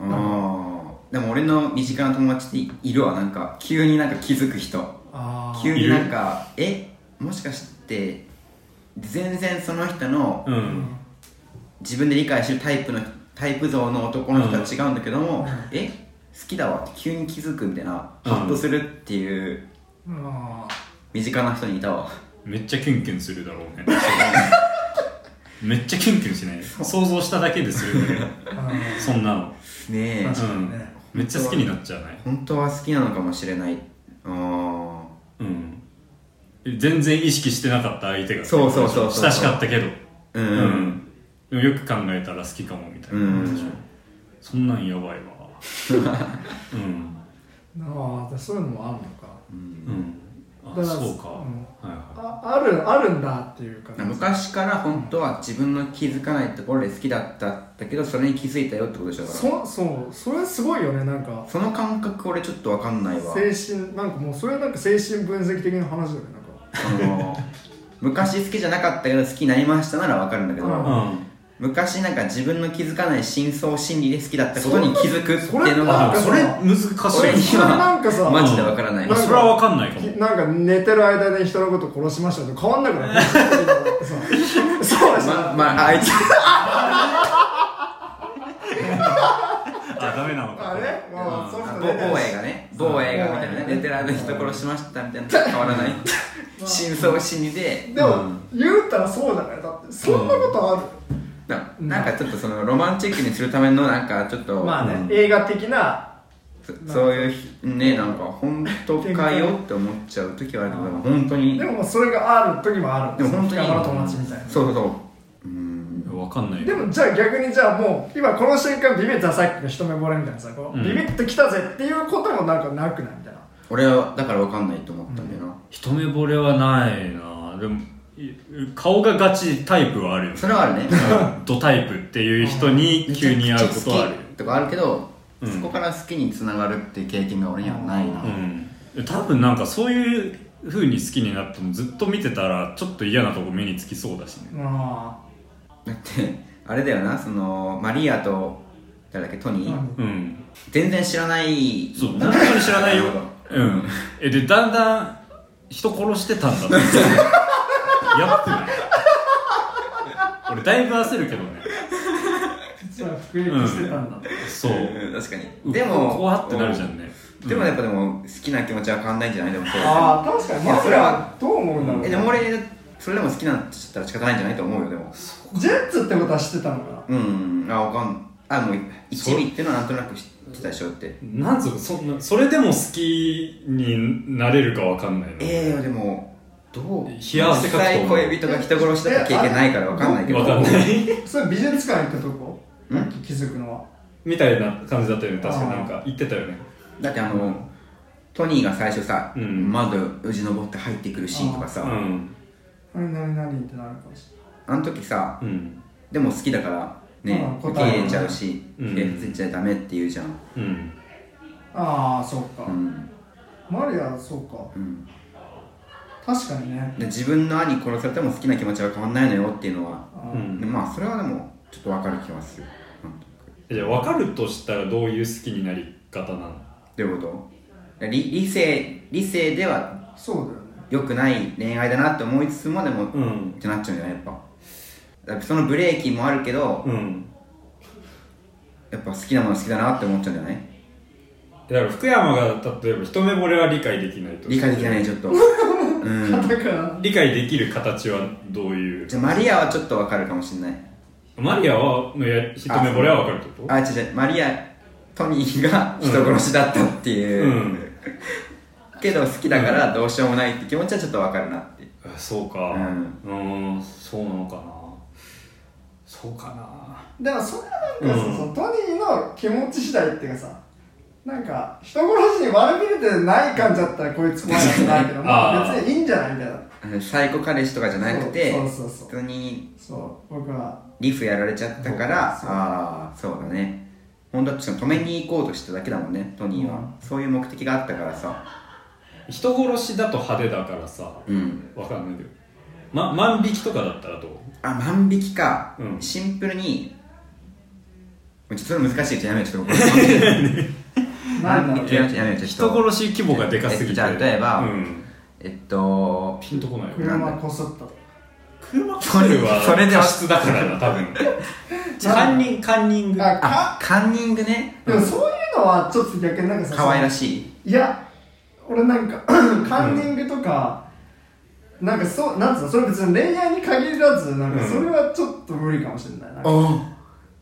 [SPEAKER 2] あーでも俺の身近な友達っているわなんか急になんか気づく人
[SPEAKER 3] あー
[SPEAKER 2] 急になんかえもしかして全然その人の
[SPEAKER 1] うん
[SPEAKER 2] 自分で理解してるタイプのタイプ像の男の人は違うんだけども、
[SPEAKER 3] ん
[SPEAKER 2] え好きだわって急に気づくみたいなハ
[SPEAKER 1] うん
[SPEAKER 2] ッとするっていう
[SPEAKER 3] まあ
[SPEAKER 2] 身近な人にいたわ
[SPEAKER 1] めっちゃキュンキュンするだろうねめっちゃキュンキュンしない想像しただけでするよね
[SPEAKER 3] あ
[SPEAKER 1] そんなの、
[SPEAKER 2] ねえ
[SPEAKER 3] 確
[SPEAKER 1] う
[SPEAKER 3] かに
[SPEAKER 1] ん
[SPEAKER 3] ね、
[SPEAKER 1] めっちゃ好きになっちゃわない、
[SPEAKER 2] 本当は好きなのかもしれないあ
[SPEAKER 1] うん、全然意識してなかった相手が
[SPEAKER 2] そうそうそうそう
[SPEAKER 1] 親しかったけど、
[SPEAKER 2] ーう
[SPEAKER 1] うんでもよく考えたら好きかもみたいな、
[SPEAKER 2] うん
[SPEAKER 1] そんなんやばいわう ん
[SPEAKER 3] ああそういうのもあるのか
[SPEAKER 1] うんあ
[SPEAKER 3] だから
[SPEAKER 1] そうか、
[SPEAKER 3] うん
[SPEAKER 1] はいは
[SPEAKER 3] ああるあるんだっていうか
[SPEAKER 2] 昔から本当は自分の気づかないところで好きだったんだけどそれに気づいたよってことでしょだから
[SPEAKER 3] そそうそれすごいよねなんか
[SPEAKER 2] その感覚俺ちょっとわかんないわ
[SPEAKER 3] 精神なんかもうそれはなんか精神分析的な話だよねなんか
[SPEAKER 2] その昔好きじゃなかったけど好きになりましたならわかるんだけど、
[SPEAKER 3] うん
[SPEAKER 1] いうん
[SPEAKER 2] 昔なんか自分の気づかない深層心理で好きだったことに気づくっていうの
[SPEAKER 1] あ
[SPEAKER 2] が
[SPEAKER 3] そ
[SPEAKER 1] そ
[SPEAKER 3] れ
[SPEAKER 1] れ
[SPEAKER 3] なん
[SPEAKER 1] 難しいです
[SPEAKER 2] 俺
[SPEAKER 1] ね
[SPEAKER 2] に
[SPEAKER 3] それなんかさ
[SPEAKER 2] マジでわからない、
[SPEAKER 1] まあそれはわかんないかも
[SPEAKER 3] きなんか寝てる間に人のこと殺しましたと変わんなくないそうそうだし
[SPEAKER 2] ままああいつ
[SPEAKER 1] あダメなのか
[SPEAKER 3] あれまあ
[SPEAKER 1] うん
[SPEAKER 3] ソフ
[SPEAKER 2] あ
[SPEAKER 3] ト
[SPEAKER 2] 某
[SPEAKER 3] 出てる
[SPEAKER 2] 某
[SPEAKER 3] し
[SPEAKER 2] 映画ね某映画みたいなね寝てる間に人殺しましたみたいなのと変わらない真相心理で
[SPEAKER 3] でも、
[SPEAKER 1] うん
[SPEAKER 3] 言うたらそうじゃないだってそんなことある、
[SPEAKER 2] ななんかちょっとそのロマンチックにするためのなんかちょっと、
[SPEAKER 3] まあね、
[SPEAKER 1] うん
[SPEAKER 3] 映画的な
[SPEAKER 2] そそういうひねなんか本当かよって思っちゃう時はあるけど
[SPEAKER 3] うん
[SPEAKER 2] 本当に
[SPEAKER 3] でもそれがある時もある
[SPEAKER 2] でも本当に
[SPEAKER 3] 山の友達みたいな、
[SPEAKER 2] そうそうそううん
[SPEAKER 1] わかんないよ
[SPEAKER 3] でもじゃあ逆にじゃあもう今この瞬間ビビったさっきの一目惚れみたいなさこう、
[SPEAKER 1] うん
[SPEAKER 3] ビビッときたぜっていうこともなんかなくないみたいな
[SPEAKER 2] 俺はだから分かんないと思ったんだよな、
[SPEAKER 1] 一目惚れはないなでもい顔がガチタイプはあるよね
[SPEAKER 2] それはあるね
[SPEAKER 1] ドタイプっていう人に急に会うことはあるよ
[SPEAKER 2] めちゃくちゃ好きとかあるけど、
[SPEAKER 1] うん
[SPEAKER 2] そこから好きにつながるっていう経験が俺にはないな、
[SPEAKER 1] うん多分なんかそういう風に好きになってもずっと見てたらちょっと嫌なとこ目につきそうだしね
[SPEAKER 3] あ
[SPEAKER 2] だってあれだよなそのマリアと誰だっけトニー、
[SPEAKER 3] うん
[SPEAKER 1] うん
[SPEAKER 2] 全然知らない
[SPEAKER 1] そう本当に知らないよ
[SPEAKER 2] なるほど
[SPEAKER 1] うんえでだんだん人殺してた んだってやばくない俺だいぶ焦るけどね
[SPEAKER 3] 実は福利してたんだ、
[SPEAKER 1] そう
[SPEAKER 2] うん確かに
[SPEAKER 1] う
[SPEAKER 2] でも
[SPEAKER 1] 怖ってなるじゃんね
[SPEAKER 2] でもやっぱでも好きな気持ちは変わんないんじゃないでもそう
[SPEAKER 3] ああ確かにマフ
[SPEAKER 2] それは
[SPEAKER 3] ラーどう思うんだろう、
[SPEAKER 2] えでも俺それでも好きなんて言ったら仕方ないんじゃないと思うよでも
[SPEAKER 3] ジェッツってことは知ってたのか
[SPEAKER 2] う
[SPEAKER 3] な
[SPEAKER 2] んあわかんあもう一味っていうのはなんとなく知ってたでしょって
[SPEAKER 1] なんつうかそんなそれでも好きになれるかわかんないな、
[SPEAKER 2] ええでもどう
[SPEAKER 1] 冷や汗かくと
[SPEAKER 2] 実際恋人が人殺しとか経験ないからわかんないけど
[SPEAKER 1] わかんない
[SPEAKER 3] それ美術館行ったとこ
[SPEAKER 2] ん
[SPEAKER 3] 気づくのは
[SPEAKER 1] みたいな感じだったよね確かなんか言ってたよね
[SPEAKER 2] だってあのトニーが最初さ、
[SPEAKER 1] うん
[SPEAKER 2] 窓よじ登って入ってくるシーンとか
[SPEAKER 1] う
[SPEAKER 2] さ、
[SPEAKER 1] ん
[SPEAKER 3] あれ何何ってなるかもし
[SPEAKER 2] あの時さ
[SPEAKER 1] うん
[SPEAKER 2] でも好きだからね
[SPEAKER 3] うん
[SPEAKER 2] 受け入れちゃうし
[SPEAKER 1] うん
[SPEAKER 2] 受け入れちゃダメって言うじゃん
[SPEAKER 1] うん
[SPEAKER 3] れないああそうか、
[SPEAKER 2] うん、
[SPEAKER 3] マリアそうか
[SPEAKER 2] うん、
[SPEAKER 3] 確かにね
[SPEAKER 2] で自分の兄殺されても好きな気持ちは変わんないのよっていうのは
[SPEAKER 3] あー
[SPEAKER 1] うん
[SPEAKER 2] でまあそれはでもちょっとわかる気はするなんとなく
[SPEAKER 1] じゃあ分かるとしたらどういう好きになり方なの
[SPEAKER 2] どういうこと理理性理性では
[SPEAKER 3] そうだよね
[SPEAKER 2] 良くない恋愛だなって思いつつもでも、
[SPEAKER 1] う
[SPEAKER 2] っ
[SPEAKER 1] ん
[SPEAKER 2] てなっちゃうんじゃないやっぱだからそのブレーキもあるけど、
[SPEAKER 1] うん
[SPEAKER 2] やっぱ好きなもの好きだなって思っちゃうんじゃない
[SPEAKER 1] だから福山が例えば一目惚れは理解できないと
[SPEAKER 2] 理解できないねちょっとうん
[SPEAKER 3] だから
[SPEAKER 1] 理解できる形はどういう
[SPEAKER 2] じゃあマリアはちょっとわかるかもしれない
[SPEAKER 1] マリアはのや一目惚れは分かるってこと
[SPEAKER 2] あ違う違うマリアトニーが人殺しだったっていう、
[SPEAKER 1] うん
[SPEAKER 2] けど好きだからどうしようもないって気持ちはちょっとわかるなって
[SPEAKER 1] あそうか
[SPEAKER 2] うん
[SPEAKER 1] うんんそうなのかなそうかな
[SPEAKER 3] でもそれはなんかさ、
[SPEAKER 1] うん
[SPEAKER 3] そのトニーの気持ち次第っていうかさなんか人殺しに悪びれてない感じだったらこいつ怖いなないけ どまあ
[SPEAKER 1] あー
[SPEAKER 3] 別にいいんじゃないみたいな
[SPEAKER 2] うんサイコ彼氏とかじゃなくて
[SPEAKER 3] そうそうそう
[SPEAKER 2] 人に
[SPEAKER 3] そう僕は
[SPEAKER 2] リフやられちゃったから
[SPEAKER 3] そうそう
[SPEAKER 2] ああそうだね本当は止めに行こうとしただけだもんねトニーは、
[SPEAKER 3] うん
[SPEAKER 2] そういう目的があったからさ
[SPEAKER 1] 人殺しだと派手だからさ
[SPEAKER 2] うん
[SPEAKER 1] 分かんないけど、ま、万引きとかだったらどう
[SPEAKER 2] あ万引きか、
[SPEAKER 1] うん
[SPEAKER 2] シンプルにちょっとそれ難しいじゃあやめようちょっと僕
[SPEAKER 3] なんだろう
[SPEAKER 2] いややめようちょっと
[SPEAKER 1] 人殺し規模がでかすぎて
[SPEAKER 2] じゃあ例えば
[SPEAKER 1] うん、
[SPEAKER 2] えっと
[SPEAKER 1] ピンとこないよ
[SPEAKER 3] 車こそっと
[SPEAKER 1] 車
[SPEAKER 2] それ
[SPEAKER 1] は
[SPEAKER 2] それでは
[SPEAKER 1] 過失だからな多 分カンニングカンニング
[SPEAKER 3] あ
[SPEAKER 2] あ
[SPEAKER 3] か
[SPEAKER 2] カンニングね
[SPEAKER 3] でもそういうのはちょっと逆になんかさ
[SPEAKER 2] 可愛らしい
[SPEAKER 3] いや俺なんか カンニングとか、なんかそうなんつうのそれ別に恋愛に限らずなんか
[SPEAKER 1] うん
[SPEAKER 3] それはちょっと無理かもしれない、なんか
[SPEAKER 2] あ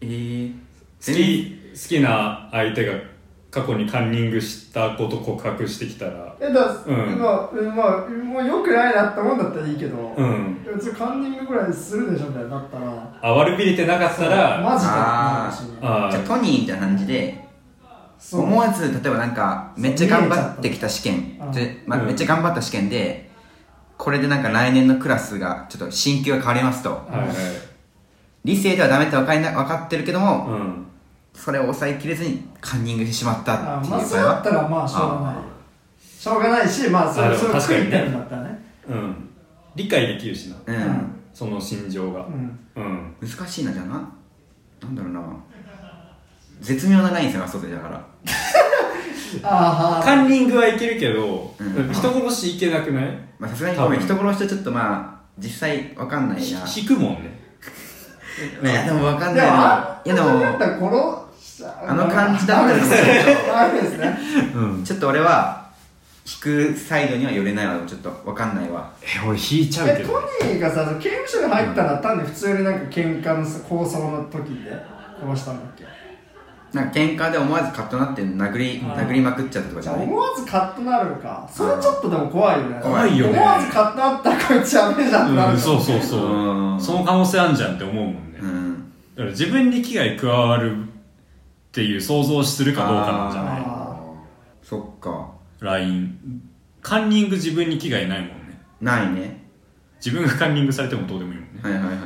[SPEAKER 2] えー、
[SPEAKER 1] 好き好きな相手が過去にカンニングしたこと告白してきたら
[SPEAKER 3] えだ、
[SPEAKER 1] うん
[SPEAKER 3] まあまあもう良くないなって思うんだったらいいけど、
[SPEAKER 1] うん
[SPEAKER 3] 別にカンニングぐらいするでしょみたいになったら
[SPEAKER 1] あ悪びれてなかったら
[SPEAKER 3] マジ
[SPEAKER 2] あ
[SPEAKER 3] かってなるしね
[SPEAKER 1] あ
[SPEAKER 2] じゃあトニーみたいな感じで
[SPEAKER 3] そう
[SPEAKER 2] 思わず例えばなんかめっちゃ頑張ってきた試験
[SPEAKER 3] うん
[SPEAKER 2] で、まあ、
[SPEAKER 1] うん
[SPEAKER 2] めっちゃ頑張った試験でこれでなんか来年のクラスがちょっと進級が変わりますと
[SPEAKER 1] はいはい
[SPEAKER 2] 理性ではダメって分かりな分かってるけども
[SPEAKER 1] うん
[SPEAKER 2] それを抑えきれずにカンニングしてしまった
[SPEAKER 3] あ
[SPEAKER 2] っていう
[SPEAKER 3] まあ
[SPEAKER 2] 場
[SPEAKER 3] そう
[SPEAKER 2] 合
[SPEAKER 3] だ
[SPEAKER 2] は
[SPEAKER 3] ったらまあしょうがないしょうがないしまあそ
[SPEAKER 1] あで
[SPEAKER 3] れ
[SPEAKER 1] も
[SPEAKER 3] それ
[SPEAKER 1] 確か
[SPEAKER 3] 悔
[SPEAKER 1] に
[SPEAKER 3] い
[SPEAKER 1] ね
[SPEAKER 3] てるんだったらね
[SPEAKER 1] うん理解できるしな
[SPEAKER 2] うん
[SPEAKER 1] その心情が
[SPEAKER 3] うん
[SPEAKER 1] うん
[SPEAKER 2] 難しいなじゃあななんだろうな絶妙なライン探そうぜだから
[SPEAKER 3] あーは
[SPEAKER 1] カンニングはいけるけど
[SPEAKER 2] うん
[SPEAKER 1] 人殺しいけなくない
[SPEAKER 2] まあさすがにごめん
[SPEAKER 1] 多
[SPEAKER 2] 人
[SPEAKER 1] 分
[SPEAKER 2] 殺しとちょっとまあ実際分かんないな
[SPEAKER 1] ひ引くもんね
[SPEAKER 2] いやでも分か
[SPEAKER 3] ー
[SPEAKER 2] ん
[SPEAKER 3] で
[SPEAKER 2] ない
[SPEAKER 3] も
[SPEAKER 2] な
[SPEAKER 3] あ
[SPEAKER 2] いやで
[SPEAKER 3] だっ
[SPEAKER 2] も
[SPEAKER 3] たら殺しちゃう
[SPEAKER 2] あの感じだったら
[SPEAKER 3] ダメですねダメですね
[SPEAKER 1] うん
[SPEAKER 2] ちょっと俺は引くサイドには寄れないわちょっと分かんないわ
[SPEAKER 1] え俺引いちゃう
[SPEAKER 3] え
[SPEAKER 1] け
[SPEAKER 3] ト
[SPEAKER 1] ど
[SPEAKER 3] ニーがさ刑務所に入ったのは単に普通になんか喧嘩のさ抗争の時で殺したんだっけ
[SPEAKER 2] なんか喧嘩で思わずカッとなって殴り殴りまくっちゃったとかじ
[SPEAKER 3] じ
[SPEAKER 2] ゃ
[SPEAKER 3] ゃあ
[SPEAKER 2] ない
[SPEAKER 3] 思わずカッとなるかそれちょっとでも怖いよね
[SPEAKER 2] 怖い
[SPEAKER 1] よね
[SPEAKER 3] 思わずカッとなったらこいつやべえじゃんってなる
[SPEAKER 1] うん
[SPEAKER 3] じゃ
[SPEAKER 1] そ
[SPEAKER 3] ん
[SPEAKER 1] うそうそううんその可能性あんじゃんって思うもんね
[SPEAKER 2] うん
[SPEAKER 1] だから自分に危害加わるっていう想像をするかどうかなんじゃない
[SPEAKER 3] あ
[SPEAKER 2] そっか
[SPEAKER 1] ?LINE。カンニング自分に危害ないもんね。
[SPEAKER 2] ないね
[SPEAKER 1] 自分がカンニングされてもどうでもいいもんね。
[SPEAKER 2] はいはいはい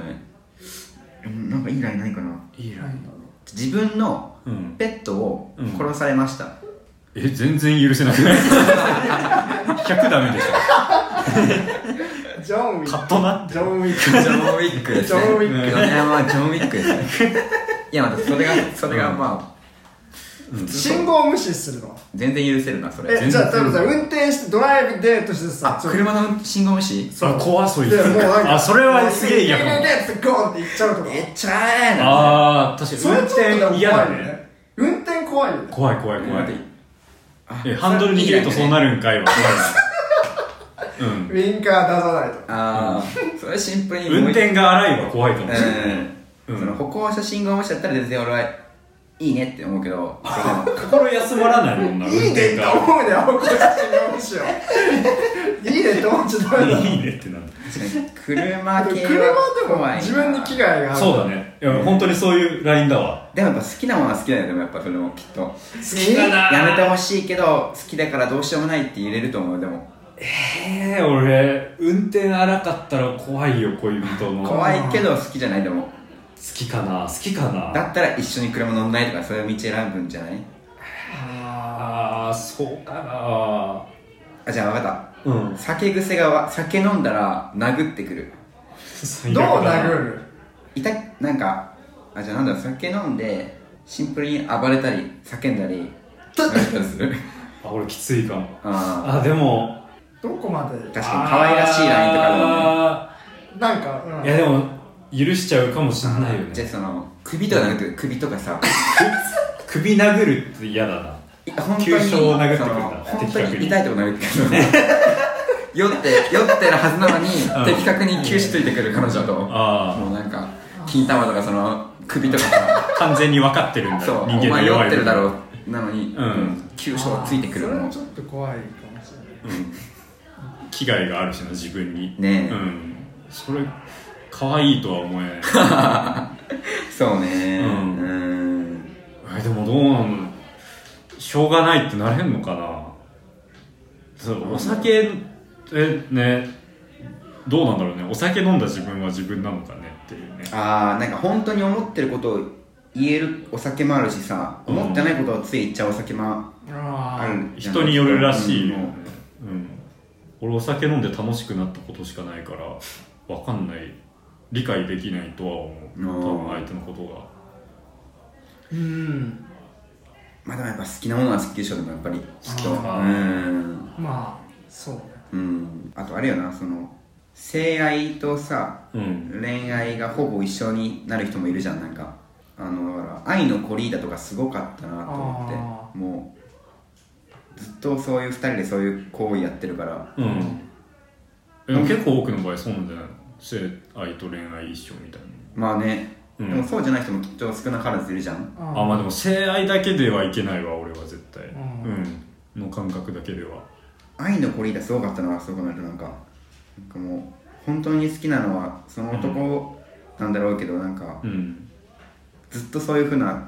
[SPEAKER 2] うんなんかいいラインないかない
[SPEAKER 1] い
[SPEAKER 3] ーなんだろ
[SPEAKER 2] 自分の
[SPEAKER 1] うん。
[SPEAKER 2] ペットを殺されました、
[SPEAKER 1] え、全然許せなくない ?100 ダメでしょ。
[SPEAKER 3] うジョンウィ
[SPEAKER 1] カ
[SPEAKER 3] ッ
[SPEAKER 1] ットなって
[SPEAKER 3] クジョンウィッ
[SPEAKER 2] ジョン・ウィックですね
[SPEAKER 3] ジョンウィック
[SPEAKER 2] 米山はジョン・ウィックですねいやまたそれがそれがまあ
[SPEAKER 3] ク信号無視するの
[SPEAKER 2] 全然許せるなそれ
[SPEAKER 1] 然
[SPEAKER 3] えじゃあ例えばさ運転してドライブデートして
[SPEAKER 2] あ
[SPEAKER 3] さ
[SPEAKER 2] 車の信号無視
[SPEAKER 1] あ、怖そう
[SPEAKER 3] でもうなんか
[SPEAKER 1] あ、それはすげえ嫌か
[SPEAKER 3] もう
[SPEAKER 1] も。
[SPEAKER 3] デートってゴーンって行っちゃうとか
[SPEAKER 2] えっちゃえな
[SPEAKER 1] あー、確
[SPEAKER 3] それちょっと
[SPEAKER 1] かに。運転
[SPEAKER 3] でも怖い
[SPEAKER 1] 嫌
[SPEAKER 3] よ
[SPEAKER 1] だ
[SPEAKER 3] ね
[SPEAKER 1] ね。
[SPEAKER 3] 運転怖いよね
[SPEAKER 1] 怖い怖い怖い
[SPEAKER 2] 待っ。て
[SPEAKER 1] え、ハンドル握るとそうなるんかいわ。怖いなうん
[SPEAKER 3] ウ。ィンカー出さないと
[SPEAKER 2] ああそれシンプルに
[SPEAKER 1] 運転が荒いわ、怖いかもしれない。
[SPEAKER 2] うん、その歩行者信号無視だったら全然俺はいいねって思うけど、それでも
[SPEAKER 1] 心休まらないもんな、
[SPEAKER 3] いいねって
[SPEAKER 1] が。
[SPEAKER 3] 思うね、青子たちむしろ。いいねって思っちゃダメだ。
[SPEAKER 1] いいねってなんだ。
[SPEAKER 2] 車系
[SPEAKER 3] 車でも
[SPEAKER 2] 怖いな
[SPEAKER 3] 自分に危害がある。
[SPEAKER 1] そうだね。いや、本当にそういうラインだわ。
[SPEAKER 2] でもやっぱ好きなものは好きだよでもやっぱそれもきっと好
[SPEAKER 1] きだな
[SPEAKER 2] やめてほしいけど好きだからどうしようもないって言えれると思うでも
[SPEAKER 1] ええ、俺、運転荒かったら怖いよ、恋人の。好
[SPEAKER 2] 怖いけど好きじゃないでも
[SPEAKER 1] きかな好きかな
[SPEAKER 2] だったら一緒に車乗んないとかそういう道選ぶんじゃない
[SPEAKER 3] あ
[SPEAKER 1] ああ、そうか
[SPEAKER 2] あじゃあ分かっ
[SPEAKER 1] なうん
[SPEAKER 2] た。酒癖がわ酒飲んだら殴ってくる
[SPEAKER 3] ーどう殴る
[SPEAKER 2] いたなんかあじゃあなんだろう酒飲んでシンプルに暴れたり叫んだりなんか する
[SPEAKER 1] あ、俺きついかも。
[SPEAKER 2] あ
[SPEAKER 1] あ、でも、
[SPEAKER 3] どこまで
[SPEAKER 2] 確かに可愛らしいラインとかだもんね
[SPEAKER 1] あ
[SPEAKER 3] なんか、うん
[SPEAKER 1] ーいや、でも、許しちゃうかもしれないよ
[SPEAKER 2] じゃあ
[SPEAKER 1] ね。
[SPEAKER 2] その首とか殴ってくる首とかさ
[SPEAKER 1] 首殴るって嫌だな。
[SPEAKER 2] いや本当に
[SPEAKER 1] 急所を殴ってく
[SPEAKER 2] そ
[SPEAKER 1] る
[SPEAKER 2] の
[SPEAKER 1] んだ
[SPEAKER 2] 本
[SPEAKER 1] 的
[SPEAKER 2] 当
[SPEAKER 1] 確
[SPEAKER 2] に
[SPEAKER 1] に
[SPEAKER 2] 痛いとこ殴ってくる 酔って酔ってるはずなの
[SPEAKER 1] うん
[SPEAKER 2] に的確に急所ついてくる彼女とも
[SPEAKER 1] あ
[SPEAKER 2] うなんか金玉とかその首とかさ
[SPEAKER 1] あ、完全に分かってるんだ
[SPEAKER 2] そう
[SPEAKER 1] よ
[SPEAKER 2] お
[SPEAKER 1] 人間の
[SPEAKER 2] 前酔
[SPEAKER 1] 弱い
[SPEAKER 2] ってるだ
[SPEAKER 1] 部
[SPEAKER 2] ろ
[SPEAKER 1] 分
[SPEAKER 2] うなのに
[SPEAKER 1] うん
[SPEAKER 2] うん急所ついてくる
[SPEAKER 3] それ
[SPEAKER 2] の
[SPEAKER 3] はちょっと怖いかもしれない
[SPEAKER 1] 危害があるしな自分に
[SPEAKER 2] ねえ
[SPEAKER 1] うんそれ可愛いとは思えない
[SPEAKER 2] そうねう
[SPEAKER 1] うん
[SPEAKER 2] ん
[SPEAKER 1] えでもどうなんしょうがないってなれんのかなそうお酒えねどうなんだろうねお酒飲んだ自分は自分なのかねっていうね
[SPEAKER 2] ああなんか本当に思ってることを言えるお酒もあるしさ
[SPEAKER 1] うん
[SPEAKER 2] 思ってないことをつい言っちゃうお酒もあ
[SPEAKER 3] あ
[SPEAKER 2] るじゃない
[SPEAKER 1] 人によるらしいよ、
[SPEAKER 2] う
[SPEAKER 1] ね
[SPEAKER 2] ん
[SPEAKER 1] うん、俺お酒飲んで楽しくなったことしかないからわかんない理解できないとは思う多分相手のことが
[SPEAKER 3] ーうん
[SPEAKER 2] まあでもやっぱ好きなものは好きでしょでもやっぱりきっと
[SPEAKER 1] あ
[SPEAKER 2] う
[SPEAKER 1] ー
[SPEAKER 2] ん
[SPEAKER 3] まあそうね
[SPEAKER 2] うんあとあれよなその性愛とさ
[SPEAKER 1] うん
[SPEAKER 2] 恋愛がほぼ一緒になる人もいるじゃんなんかあのだから愛のコリーダとかすごかったなと思ってもうずっとそういう2人でそういう行為やってるから
[SPEAKER 1] うんでも結構多くの場合そうなんじゃないの性愛と恋愛一緒みたい
[SPEAKER 2] まあね、
[SPEAKER 1] うん
[SPEAKER 2] でもそうじゃない人もきっと少なからずいるじゃん
[SPEAKER 1] なあまあでも性愛だけではいけないわ俺は絶対
[SPEAKER 3] うん
[SPEAKER 1] うんの感覚だけでは
[SPEAKER 2] 愛のコリーダすごかったなそう考えるとなんかなんかもう本当に好きなのはその男なんだろうけどなんか
[SPEAKER 1] うん
[SPEAKER 2] ずっとそういうふうな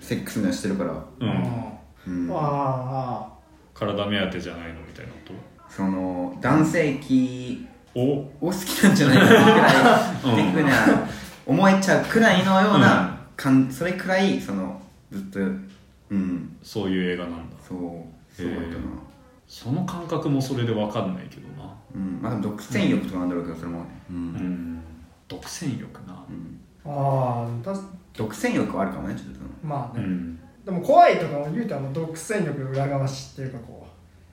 [SPEAKER 2] セックスにはしてるから
[SPEAKER 1] う
[SPEAKER 3] うん
[SPEAKER 1] ん
[SPEAKER 2] うん
[SPEAKER 3] あ
[SPEAKER 1] 体目当てじゃないのみたいなこ
[SPEAKER 2] その男性器
[SPEAKER 1] とお
[SPEAKER 2] を好きなんじゃないかっていうくらい、っていうふうな思えちゃうくらいのよう
[SPEAKER 1] うん
[SPEAKER 2] な、感それくらいそのずっとうん
[SPEAKER 1] そういう映画なんだ
[SPEAKER 2] そうすごいったな、
[SPEAKER 1] へーその感覚もそれでわかんないけどな
[SPEAKER 2] うん、まあでも独占欲とかなんだろうけどそれも、う
[SPEAKER 1] うんん独占欲な
[SPEAKER 2] うん
[SPEAKER 3] あああだ
[SPEAKER 2] 独占欲はあるかもねちょっとその
[SPEAKER 3] まあ
[SPEAKER 1] う
[SPEAKER 3] ね、
[SPEAKER 1] ん
[SPEAKER 3] でも怖いとかも言うたらもう独占力の裏側知っていうかこう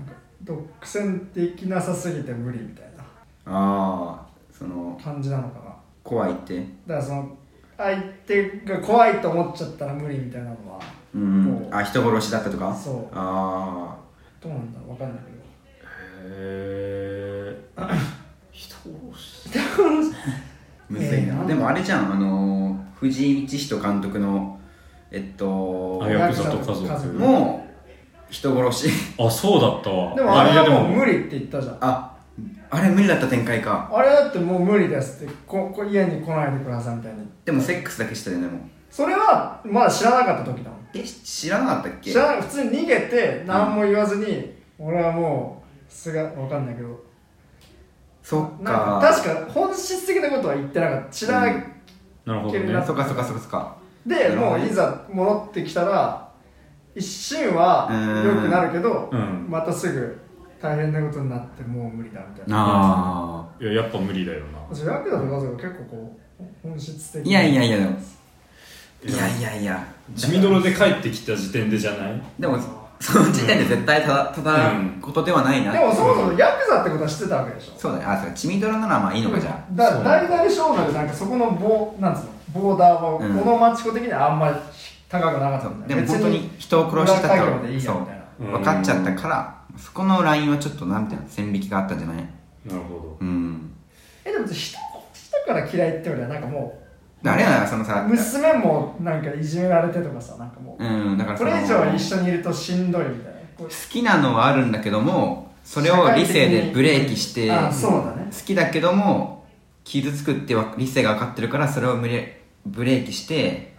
[SPEAKER 3] なんか独占できなさすぎて無理みたいな
[SPEAKER 2] ああその
[SPEAKER 3] 感じなのかな
[SPEAKER 2] 怖いって
[SPEAKER 3] だからその相手が怖いと思っちゃったら無理みたいなのは
[SPEAKER 2] うん
[SPEAKER 3] もう
[SPEAKER 2] あ人殺しだったとか
[SPEAKER 3] そう
[SPEAKER 2] あ
[SPEAKER 3] どうなんだろうわかんないけど
[SPEAKER 1] へえ人殺し
[SPEAKER 2] あむずいな、
[SPEAKER 3] えー
[SPEAKER 2] でもあれじゃんあのー藤井道人監督のえっと
[SPEAKER 1] あヤクザと家族
[SPEAKER 3] ヤクザと家
[SPEAKER 2] もう人殺し
[SPEAKER 1] あそうだったわ
[SPEAKER 3] でもあれはもう無理って言ったじゃん
[SPEAKER 2] ああれ無理だった展開か
[SPEAKER 3] あれだってもう無理ですってここ家に来ないでくださいみたいに
[SPEAKER 2] でもセックスだけしたよねでも
[SPEAKER 3] それはまだ知らなかった時だもん
[SPEAKER 2] え知らなかったっけ
[SPEAKER 3] 知らない普通に逃げて何も言わずに、俺はもうすがわかんないけど
[SPEAKER 2] そっ
[SPEAKER 3] な
[SPEAKER 2] か
[SPEAKER 3] んか確か本質的なことは言ってなかった知らない、
[SPEAKER 1] なるほど
[SPEAKER 3] ける
[SPEAKER 1] ね
[SPEAKER 3] な
[SPEAKER 2] そっかそっかそっかそっか
[SPEAKER 3] で
[SPEAKER 2] なるほ
[SPEAKER 3] も
[SPEAKER 2] どね
[SPEAKER 3] ういざ戻ってきたら一瞬は良くなるけど、
[SPEAKER 1] うん
[SPEAKER 3] またすぐ大変なことになってもう無理だみたいな
[SPEAKER 1] い
[SPEAKER 2] あ
[SPEAKER 1] ややっぱ無理だよな
[SPEAKER 3] 私ヤクザと家族は結構こう本質的
[SPEAKER 2] いやいやい
[SPEAKER 3] や
[SPEAKER 2] やでもいやいやいや
[SPEAKER 1] 地味泥で帰ってきた時点でじゃない
[SPEAKER 2] でもその時点で絶対ただただ
[SPEAKER 1] うん
[SPEAKER 2] ことではないな
[SPEAKER 3] でもそもそもヤクザってことは知ってたわけでしょ
[SPEAKER 2] そうだねあそうかチミドラならまあいいのかじゃ
[SPEAKER 3] だ
[SPEAKER 1] そう
[SPEAKER 3] 大々将軍でなんかそこのボーなんつうのボーダーはこ
[SPEAKER 2] うん
[SPEAKER 3] のマチコ的にはあんまり高くなかったん
[SPEAKER 2] あ
[SPEAKER 3] だ
[SPEAKER 2] で
[SPEAKER 3] よ
[SPEAKER 2] も本当に人を殺してた
[SPEAKER 3] 裏
[SPEAKER 2] と
[SPEAKER 3] 稼業でいいやみたいな
[SPEAKER 2] そう分かっちゃったからそこのラインはちょっとなんていうの線引きがあったんじゃない
[SPEAKER 1] なるほ
[SPEAKER 2] うん
[SPEAKER 3] えでも人を殺したから嫌いってよりはなんかもう
[SPEAKER 2] あれやなそのさ
[SPEAKER 3] 娘もなんかいじめられてとかさなんかもう、
[SPEAKER 2] うんだから
[SPEAKER 3] こ
[SPEAKER 2] その
[SPEAKER 3] れ以上一緒にいるとしんどいみたいなこう
[SPEAKER 2] 好きなのはあるんだけどもそれを理性でブレーキして
[SPEAKER 3] あ
[SPEAKER 2] 好
[SPEAKER 3] そうだね
[SPEAKER 2] きだけども傷つくってわ理性が分かってるからそれをブレブレーキして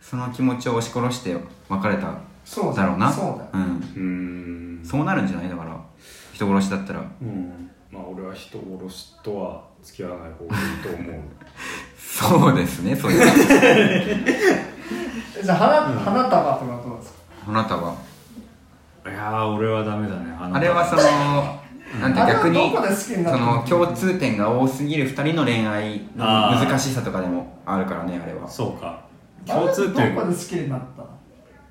[SPEAKER 2] その気持ちを押し殺して別れた
[SPEAKER 3] そうだ
[SPEAKER 2] だろうな
[SPEAKER 3] そうだよ
[SPEAKER 2] ん、
[SPEAKER 1] うーん
[SPEAKER 2] そうなるんじゃないだから人殺しだったら
[SPEAKER 1] うんまあ俺は人殺しとは付き合わない方がいいと思う
[SPEAKER 2] そうですね そういう
[SPEAKER 3] えじゃあ花,、花束とかどうですか
[SPEAKER 2] あなたはい
[SPEAKER 1] やー俺はダメだねあ
[SPEAKER 2] あれはそのなんて
[SPEAKER 3] あれは
[SPEAKER 2] 逆に
[SPEAKER 3] どこで好きにな
[SPEAKER 2] そ
[SPEAKER 3] ったの
[SPEAKER 2] の共通点が多すぎる2人の恋愛の
[SPEAKER 1] あー
[SPEAKER 2] 難しさとかでもあるからねあれは
[SPEAKER 1] そうか共通
[SPEAKER 3] あれ
[SPEAKER 1] 点
[SPEAKER 3] どこで好きになったの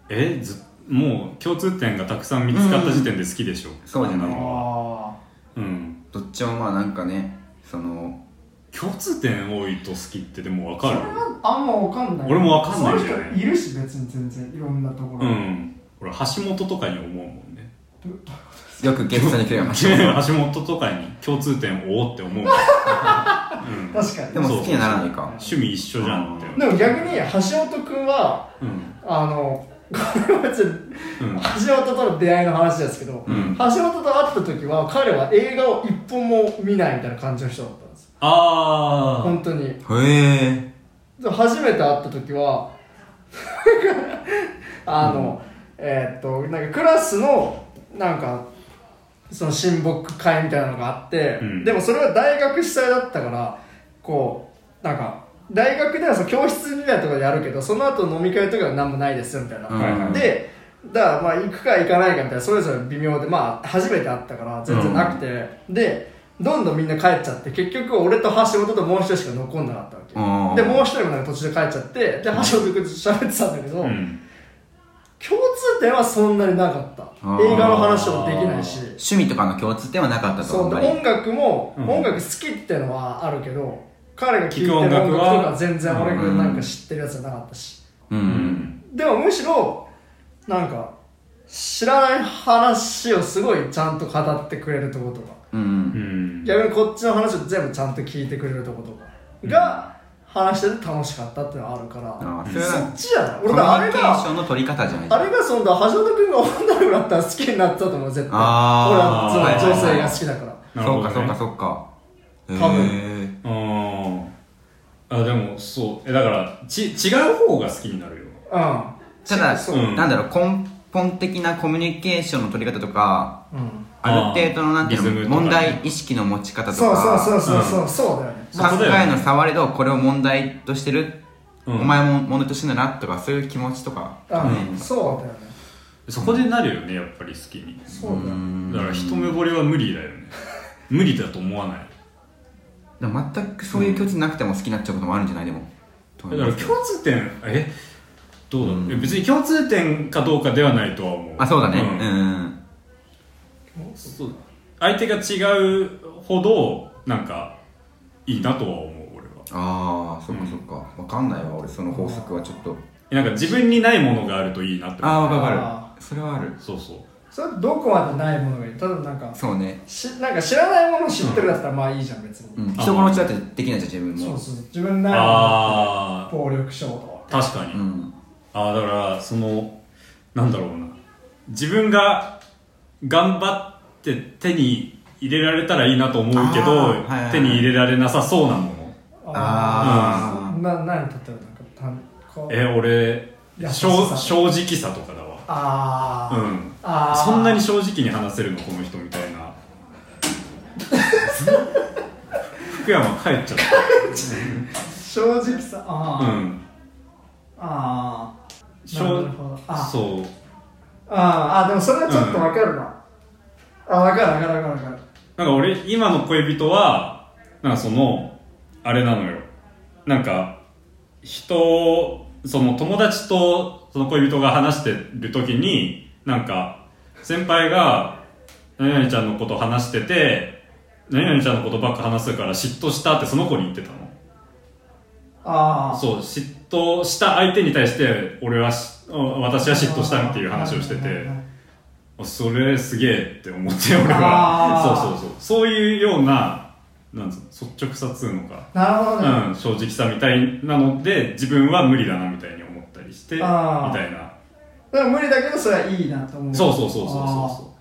[SPEAKER 1] えずもう共通点がたくさん見つかった時点で好きでしょ、
[SPEAKER 2] そうじゃない
[SPEAKER 1] あんのは
[SPEAKER 3] あ
[SPEAKER 1] うん
[SPEAKER 2] どっちもまあなんかねその
[SPEAKER 1] 共通点多いと好きってでも分か
[SPEAKER 3] あそ
[SPEAKER 1] る
[SPEAKER 3] れはあんま分かんない
[SPEAKER 1] 俺も分かんないん
[SPEAKER 3] そ
[SPEAKER 1] だよ
[SPEAKER 3] の
[SPEAKER 1] ね
[SPEAKER 3] 人いるし別に全然いろんなとこ
[SPEAKER 1] う
[SPEAKER 3] ろ、
[SPEAKER 1] ん俺橋本とかに思うもんね
[SPEAKER 3] どど
[SPEAKER 2] よくゲストに来るような
[SPEAKER 1] 橋本とかに共通点多って 思うもん、うん
[SPEAKER 3] 確かに
[SPEAKER 2] でも好きにならないか
[SPEAKER 1] 趣味一緒じゃんって
[SPEAKER 3] でも逆に橋本君は
[SPEAKER 1] うん
[SPEAKER 3] あのこれは別
[SPEAKER 1] う
[SPEAKER 3] に
[SPEAKER 1] ん
[SPEAKER 3] 橋本との出会いの話ですけど、
[SPEAKER 1] うん
[SPEAKER 3] 橋本と会った時は彼は映画を一本も見ないみたいな感じの人だったんですよ
[SPEAKER 1] あ
[SPEAKER 3] 本当に
[SPEAKER 2] へえ
[SPEAKER 3] で初めて会った時はあの、えーっとなんかクラスのなんかその親睦会みたいなのがあって、
[SPEAKER 1] うん
[SPEAKER 3] でもそれは大学主催だったからこうなんか大学ではその教室みたいなところでやるけどその後飲み会とかは何もないですよみたいな、
[SPEAKER 2] うん
[SPEAKER 3] でだからまあ行くか行かないかみたいなそれぞれ微妙でまあ初めて会ったから全然なくて、でどんどんみんな帰っちゃって結局俺と橋本ともう一人しか残んなかったわけ、
[SPEAKER 2] うん
[SPEAKER 3] でもう一人もなんか途中で帰っちゃってで橋本君と喋ってたんだけど、
[SPEAKER 1] あう
[SPEAKER 3] 共
[SPEAKER 1] ん
[SPEAKER 3] 通点はそんなになかった
[SPEAKER 2] あー
[SPEAKER 3] 映画の話もできないし
[SPEAKER 2] 趣味とかの共通点はなかったと
[SPEAKER 3] そ
[SPEAKER 2] 思
[SPEAKER 3] う
[SPEAKER 2] うあ
[SPEAKER 3] で
[SPEAKER 2] んまり
[SPEAKER 3] 音楽も、
[SPEAKER 1] うん
[SPEAKER 3] 音楽好きってのはあるけど彼が聴いてる
[SPEAKER 1] 聴く
[SPEAKER 3] 音
[SPEAKER 1] 音
[SPEAKER 3] 楽
[SPEAKER 1] 楽
[SPEAKER 3] と
[SPEAKER 1] は
[SPEAKER 3] か全然俺がなんか知ってるやつじゃなかったし、
[SPEAKER 2] う
[SPEAKER 1] うんん
[SPEAKER 3] でもむしろなんか知らない話をすごいちゃんと語ってくれるとことか
[SPEAKER 2] う
[SPEAKER 1] うんん
[SPEAKER 3] 逆にこっちの話を全部ちゃんと聞いてくれるとことかが、話してて楽しかったっていうのはあるから、
[SPEAKER 2] あーそれ
[SPEAKER 3] そ
[SPEAKER 2] は
[SPEAKER 3] っちじゃな
[SPEAKER 2] コ
[SPEAKER 3] い
[SPEAKER 2] ミ
[SPEAKER 3] 俺だあ
[SPEAKER 2] ュ
[SPEAKER 3] れ
[SPEAKER 2] ニケーシ
[SPEAKER 3] が
[SPEAKER 2] ョンの取り方じゃない
[SPEAKER 3] あれがそんな橋本君が女の子だったら好きになったと思う絶対俺
[SPEAKER 2] あー
[SPEAKER 3] はその女性が好きだから
[SPEAKER 1] なる
[SPEAKER 2] そ
[SPEAKER 1] ほ
[SPEAKER 2] う
[SPEAKER 1] ど
[SPEAKER 2] か
[SPEAKER 1] ね
[SPEAKER 2] そうかそうか
[SPEAKER 3] 多分
[SPEAKER 2] へえ
[SPEAKER 1] うんあでもそうえだからち違う方が好きになるよ
[SPEAKER 3] うん
[SPEAKER 2] ただ
[SPEAKER 3] そう
[SPEAKER 2] うんなんだろう根本的なコミュニケーションの取り方とか
[SPEAKER 3] うん
[SPEAKER 2] ある程度のなんていう
[SPEAKER 1] リ
[SPEAKER 2] の
[SPEAKER 1] ズムとかね
[SPEAKER 2] 問題意識の持ち方と
[SPEAKER 3] そうそうそ
[SPEAKER 2] か
[SPEAKER 3] うそうそうそうだよね
[SPEAKER 1] そうだよ
[SPEAKER 2] 考
[SPEAKER 1] ね
[SPEAKER 2] えの差われどこれを問題としてるお
[SPEAKER 1] うん
[SPEAKER 2] 前も問題としてんだなとかそういう気持ちとか
[SPEAKER 3] うんそうだよね
[SPEAKER 1] そこでなるよねやっぱり好きに
[SPEAKER 3] そうだよね
[SPEAKER 1] だから一目惚れは無理だよね無理だと思わない
[SPEAKER 2] でも全くそういう共通なくても好きになっちゃうこともあるんじゃないでも
[SPEAKER 1] だから共通点えどうだろう、え別に共通点かどうかではないとは思う
[SPEAKER 2] あそうだね
[SPEAKER 1] ん
[SPEAKER 2] うん、
[SPEAKER 1] そう相手が違うほどなんかいいなとは思う俺は
[SPEAKER 2] ああそっかそっか、わかんないわ俺その法則はちょっと
[SPEAKER 1] えなんか自分にないものがあるといいなって
[SPEAKER 2] ああ
[SPEAKER 1] 思う
[SPEAKER 2] わかるわ
[SPEAKER 3] あ
[SPEAKER 2] かるそれはある
[SPEAKER 1] そうそ
[SPEAKER 3] それどこまでないものがいいただなんか
[SPEAKER 2] そうね、
[SPEAKER 3] しなんか知らないものを知ってるだったらまあいいじゃん別に、
[SPEAKER 2] うん、人殺しだってできないじゃん自分も
[SPEAKER 3] そうそう自分な
[SPEAKER 1] う
[SPEAKER 3] いもの
[SPEAKER 1] あ
[SPEAKER 3] 暴力衝動
[SPEAKER 1] あ確かに、
[SPEAKER 2] うん、
[SPEAKER 1] ああだからそのなんだろうな自分が頑張って手に入れられたらいいなと思うけど、
[SPEAKER 2] あーはいはいはい
[SPEAKER 1] 手に入れられなさそうなもの
[SPEAKER 2] あー
[SPEAKER 3] な何とってるなんかたんこう
[SPEAKER 1] え俺
[SPEAKER 3] 優し
[SPEAKER 1] 正
[SPEAKER 3] さ
[SPEAKER 1] 正直さとかだわ
[SPEAKER 3] あー、
[SPEAKER 1] うん
[SPEAKER 3] あー
[SPEAKER 1] そんなに正直に話せるのこの人みたい な福山帰っちゃっ
[SPEAKER 3] 正直さあ
[SPEAKER 1] た
[SPEAKER 3] ー、
[SPEAKER 1] うん
[SPEAKER 3] あーなる
[SPEAKER 1] 正
[SPEAKER 3] ほどあう
[SPEAKER 1] そう
[SPEAKER 3] あーあーでもそれはちょっとわかるな、あわかるわかるわかるわかる
[SPEAKER 1] なんか俺、今の恋人は、なんかその、あれなのよ。なんか、人、その友達とその恋人が話してる時に、なんか、先輩が、何々ちゃんのこと話してて、何々ちゃんのことばっか話すから嫉妬したってその子に言ってたの。
[SPEAKER 3] ああ
[SPEAKER 1] そう、嫉妬した相手に対して、俺はし、私は嫉妬したっていう話をして
[SPEAKER 3] はいはい
[SPEAKER 1] て
[SPEAKER 3] は、い
[SPEAKER 1] それすげえって思って俺は
[SPEAKER 3] あー
[SPEAKER 1] そうそうそうそういうようななんつうの率直さっつうのか、
[SPEAKER 3] なるほどね、
[SPEAKER 1] うん、正直さみたいなので自分は無理だなみたいに思ったりしてみ
[SPEAKER 3] あー
[SPEAKER 1] たいな
[SPEAKER 3] だから無理だけどそれはいいなと思う
[SPEAKER 1] そうそうそうそうそう
[SPEAKER 3] あー
[SPEAKER 1] そ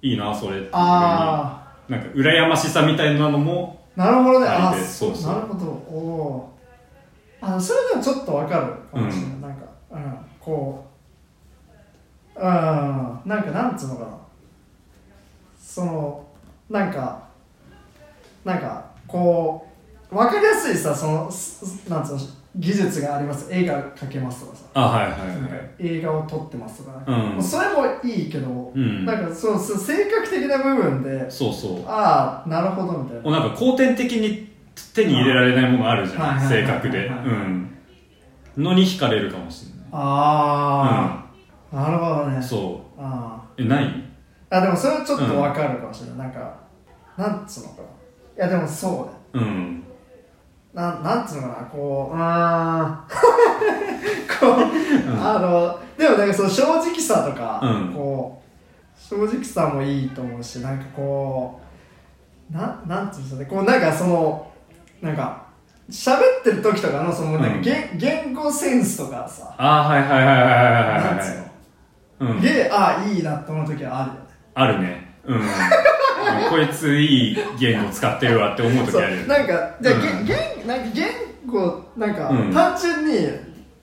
[SPEAKER 1] ういいなそれっていう
[SPEAKER 3] あ
[SPEAKER 1] なんか羨ましさみたいなのも
[SPEAKER 3] ーなるほどねあ
[SPEAKER 1] あ
[SPEAKER 3] あ
[SPEAKER 1] れでそうそう
[SPEAKER 3] なるほどおおーあのそれでもちょっとわかるかもしれない、なんか、うん、こううんなんかなんつうのかなそのなんかなんかこうわかりやすいさそのすすなんつうの技術があります絵が描けますとかさ
[SPEAKER 1] あはいはい
[SPEAKER 3] なんか
[SPEAKER 1] はい
[SPEAKER 3] 映画を撮ってますとか、
[SPEAKER 1] うん
[SPEAKER 3] それもいいけど、
[SPEAKER 1] うん
[SPEAKER 3] なんかそのそう性格的な部分で
[SPEAKER 1] そうそう
[SPEAKER 3] ああなるほどみたいな
[SPEAKER 1] もうなんか後天的に手に入れられないものあるじゃ
[SPEAKER 3] は
[SPEAKER 1] ん
[SPEAKER 3] いはい
[SPEAKER 1] 性格で
[SPEAKER 3] は
[SPEAKER 1] う
[SPEAKER 3] いはい
[SPEAKER 1] んのに惹かれるかもしれない
[SPEAKER 3] ああ、なるほど
[SPEAKER 1] うん
[SPEAKER 3] ね
[SPEAKER 1] そ
[SPEAKER 3] あ
[SPEAKER 1] うえない
[SPEAKER 3] ーあでもそれはちょっとわかるかもしれない、なんかなんつうのかないやでもそうね
[SPEAKER 1] うん
[SPEAKER 3] なんなんつうのかなこうあー こう、あのでもなんかその正直さとか、
[SPEAKER 1] うん
[SPEAKER 3] こう正直さもいいと思うしなんかこうななんつうんですかねこうなんかそのなんか喋ってる時とかのその
[SPEAKER 1] う
[SPEAKER 3] なんか
[SPEAKER 1] ん
[SPEAKER 3] 言,、言語センスとかさ
[SPEAKER 1] あーはいはいはいはいはい
[SPEAKER 3] なん
[SPEAKER 1] は
[SPEAKER 3] つ
[SPEAKER 1] いうはい
[SPEAKER 3] の
[SPEAKER 1] うん
[SPEAKER 3] でああいいなと思う時はあるよね
[SPEAKER 1] あるねうん こいついい言語使ってるわって思う時
[SPEAKER 3] そ
[SPEAKER 1] あるよ
[SPEAKER 3] う
[SPEAKER 1] ね
[SPEAKER 3] なんかじゃあ、
[SPEAKER 1] うん
[SPEAKER 3] げ言なんか言語なんか、
[SPEAKER 1] うん
[SPEAKER 3] 単純に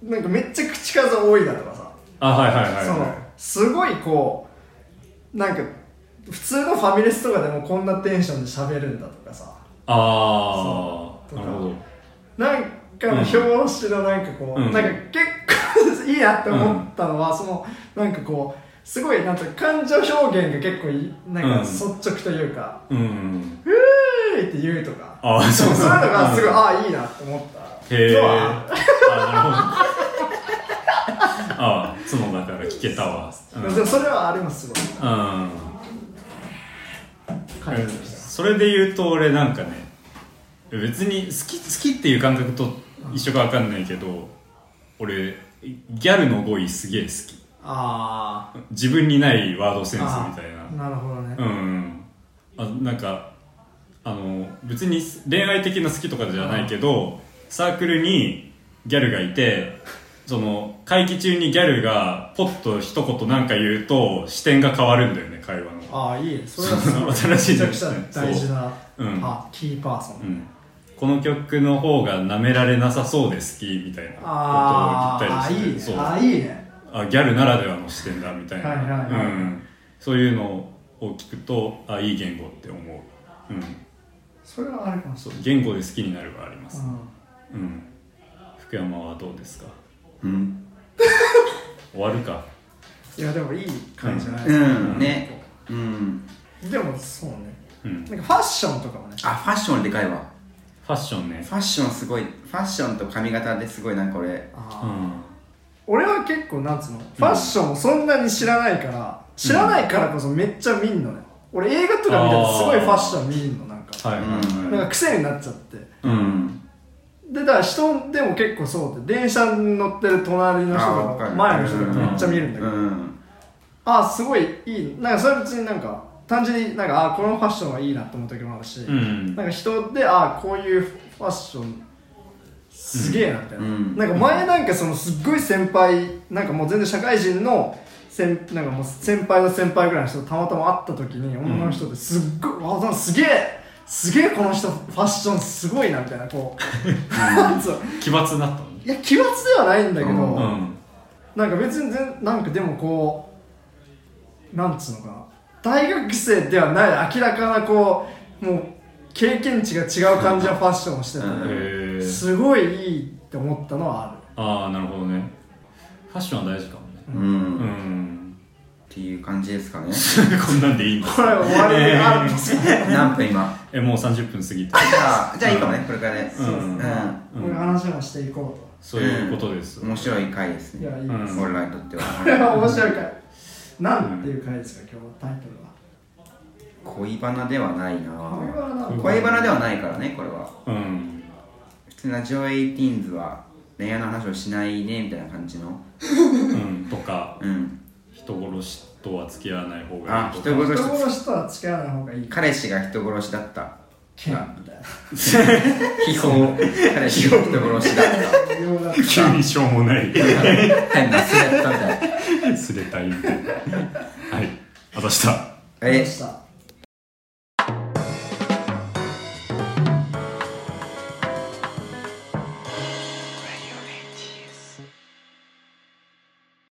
[SPEAKER 3] なんかめっちゃ口数多いなとかさ
[SPEAKER 1] あはいはいはい
[SPEAKER 3] その
[SPEAKER 1] は
[SPEAKER 3] すごいこうなんか普通のファミレスとかでもこんなテンションで喋るんだとかさ
[SPEAKER 1] いああ
[SPEAKER 3] そう
[SPEAKER 1] なるほど
[SPEAKER 3] なんか
[SPEAKER 1] うん
[SPEAKER 3] 表紙のなんかこう、
[SPEAKER 1] うん
[SPEAKER 3] なんか結構いいなって思ったのは、そのなんかこうすごいなんか感情表現が結構いいなん
[SPEAKER 1] うん
[SPEAKER 3] か率直というか
[SPEAKER 1] うん
[SPEAKER 3] 「うーい!」って言うとか
[SPEAKER 1] あー
[SPEAKER 3] そう
[SPEAKER 1] そう
[SPEAKER 3] そういうのがすごい、
[SPEAKER 1] うん
[SPEAKER 3] ああいいなって思った
[SPEAKER 1] へえ。
[SPEAKER 3] そう
[SPEAKER 1] あ
[SPEAKER 3] は、
[SPEAKER 1] なるほど。 ああ、角だから聞けたわ。うん。
[SPEAKER 3] でもそれはありますすごい
[SPEAKER 1] うん
[SPEAKER 3] 感じました
[SPEAKER 1] それで言うと俺なんかね、別に好き好きっていう感覚と一緒かわかんないけど、俺ギャルの語彙すげえ好き。
[SPEAKER 3] あ
[SPEAKER 1] 自分にないワードセンスみ
[SPEAKER 3] あ
[SPEAKER 1] たいな
[SPEAKER 3] ー。なるほどね、
[SPEAKER 1] うんあなんかあの別に恋愛的な好きとかじゃないけどサークルにギャルがいてその会期中にギャルがポッと一言なんか言うと視点が変わるんだよね会話の
[SPEAKER 3] ああいいねそれはすごい
[SPEAKER 1] 新しい
[SPEAKER 3] めち
[SPEAKER 1] で
[SPEAKER 3] ゃくち
[SPEAKER 1] す
[SPEAKER 3] ゃ
[SPEAKER 1] ね
[SPEAKER 3] 大事な
[SPEAKER 1] そううん
[SPEAKER 3] パキーパーソン、
[SPEAKER 1] うん、この曲の方が舐められなさそうで好きみたいなことを
[SPEAKER 3] あ
[SPEAKER 1] 言った
[SPEAKER 3] あ
[SPEAKER 1] りして
[SPEAKER 3] いいね
[SPEAKER 1] そう
[SPEAKER 3] あいいね
[SPEAKER 1] あギャルならではの視点だみたいな、
[SPEAKER 3] はいはいはい
[SPEAKER 1] うん、そういうのを聞くとあいい言語って思う、うん、
[SPEAKER 3] それはあるかもし
[SPEAKER 1] そう言語で好きになるはありま
[SPEAKER 3] れ
[SPEAKER 1] す、
[SPEAKER 3] ない、
[SPEAKER 1] うん、福山はどうですか
[SPEAKER 2] うん
[SPEAKER 1] 終わるか
[SPEAKER 3] うん、いやでもいい感じじゃない、
[SPEAKER 2] うんねうん
[SPEAKER 3] でもそうね
[SPEAKER 1] うん
[SPEAKER 3] なんかファッションとかもね
[SPEAKER 2] あファッションでかいわ
[SPEAKER 1] ファッションね
[SPEAKER 2] ファッションすごいファッションと髪型ですごいなんか俺
[SPEAKER 3] あ
[SPEAKER 1] う
[SPEAKER 3] ー
[SPEAKER 1] ん
[SPEAKER 3] 俺は結構なんつうのファッションをそんなに知らないから、知らないからこそめっちゃ見んのね俺映画とか見ててすごいファッション見んのなんか、
[SPEAKER 1] はいはい
[SPEAKER 3] なん
[SPEAKER 1] は
[SPEAKER 3] か癖になっちゃって
[SPEAKER 2] うん
[SPEAKER 3] でだから人でも結構そうで電車に乗ってる隣の人
[SPEAKER 2] あ
[SPEAKER 3] と
[SPEAKER 2] わか
[SPEAKER 3] か
[SPEAKER 2] る
[SPEAKER 3] 前の人とかめっちゃ見るんだけど、
[SPEAKER 2] うん
[SPEAKER 3] あすごいいいなんかそれは別になんか単純になんかあこのファッションはいいなと思った時もあるし、
[SPEAKER 1] いうん
[SPEAKER 3] なんか人であこういうファッションすげえなみたいな、
[SPEAKER 2] うん
[SPEAKER 3] なんか前なんかそのすっごい先輩なんかもう全然社会人の先なんかもう先輩の先輩ぐらいの人とたまたま会った時に女の人ですっごい、わなんかすげえすげえこの人ファッションすごいなみたいなこ うなんつうの
[SPEAKER 1] 奇抜になったのね
[SPEAKER 3] いや奇抜ではないんだけど、
[SPEAKER 2] うん
[SPEAKER 1] うん
[SPEAKER 3] なんか別に全なんかでもこうなんつうのかな大学生ではない明らかなこうもう経験値が違う感じのファッションをしてた、
[SPEAKER 2] うん
[SPEAKER 1] へえ
[SPEAKER 3] すごいいいって思ったのはあ
[SPEAKER 1] ああなるほどねファッションは大事かもね
[SPEAKER 2] う
[SPEAKER 1] うん
[SPEAKER 2] っ
[SPEAKER 1] ん
[SPEAKER 2] ていう感じですかね
[SPEAKER 1] こんなんでいいんで
[SPEAKER 3] る
[SPEAKER 1] す
[SPEAKER 3] これ
[SPEAKER 1] か
[SPEAKER 3] 終わりであるんですよ、
[SPEAKER 2] 何分今
[SPEAKER 1] えもう30分過ぎて
[SPEAKER 2] じゃあじゃあいいかもねこれからね
[SPEAKER 1] うん
[SPEAKER 2] うん
[SPEAKER 1] うん
[SPEAKER 3] こういう話はしていこう
[SPEAKER 1] そういうことです
[SPEAKER 2] 面白い回です
[SPEAKER 3] といや
[SPEAKER 2] ね
[SPEAKER 3] いい、
[SPEAKER 1] うん
[SPEAKER 2] 俺らにとって
[SPEAKER 3] これ
[SPEAKER 2] は
[SPEAKER 3] は面白いからなんていう回ですか今日タイトルは
[SPEAKER 2] 恋バナではないな
[SPEAKER 3] 恋バナ
[SPEAKER 1] 恋
[SPEAKER 2] 恋バナではないからねこれは
[SPEAKER 1] うん
[SPEAKER 2] 普通ラジオエイティーンズは恋愛の話をしないねみたいな感じの
[SPEAKER 1] うんとか
[SPEAKER 2] うん
[SPEAKER 1] 人殺しとは付き合わない方がいい
[SPEAKER 2] あ
[SPEAKER 1] とか
[SPEAKER 2] 人殺
[SPEAKER 3] 人
[SPEAKER 2] し
[SPEAKER 3] 殺しとは違わない方がいい
[SPEAKER 2] 彼氏が人殺しだった
[SPEAKER 3] ケンみたい
[SPEAKER 2] 秘宝彼氏が人殺しだっ
[SPEAKER 3] なような
[SPEAKER 1] 急にしょうも ない
[SPEAKER 2] た変なスレッタみたい
[SPEAKER 1] すれたいみたいなはい私だ
[SPEAKER 2] え
[SPEAKER 3] した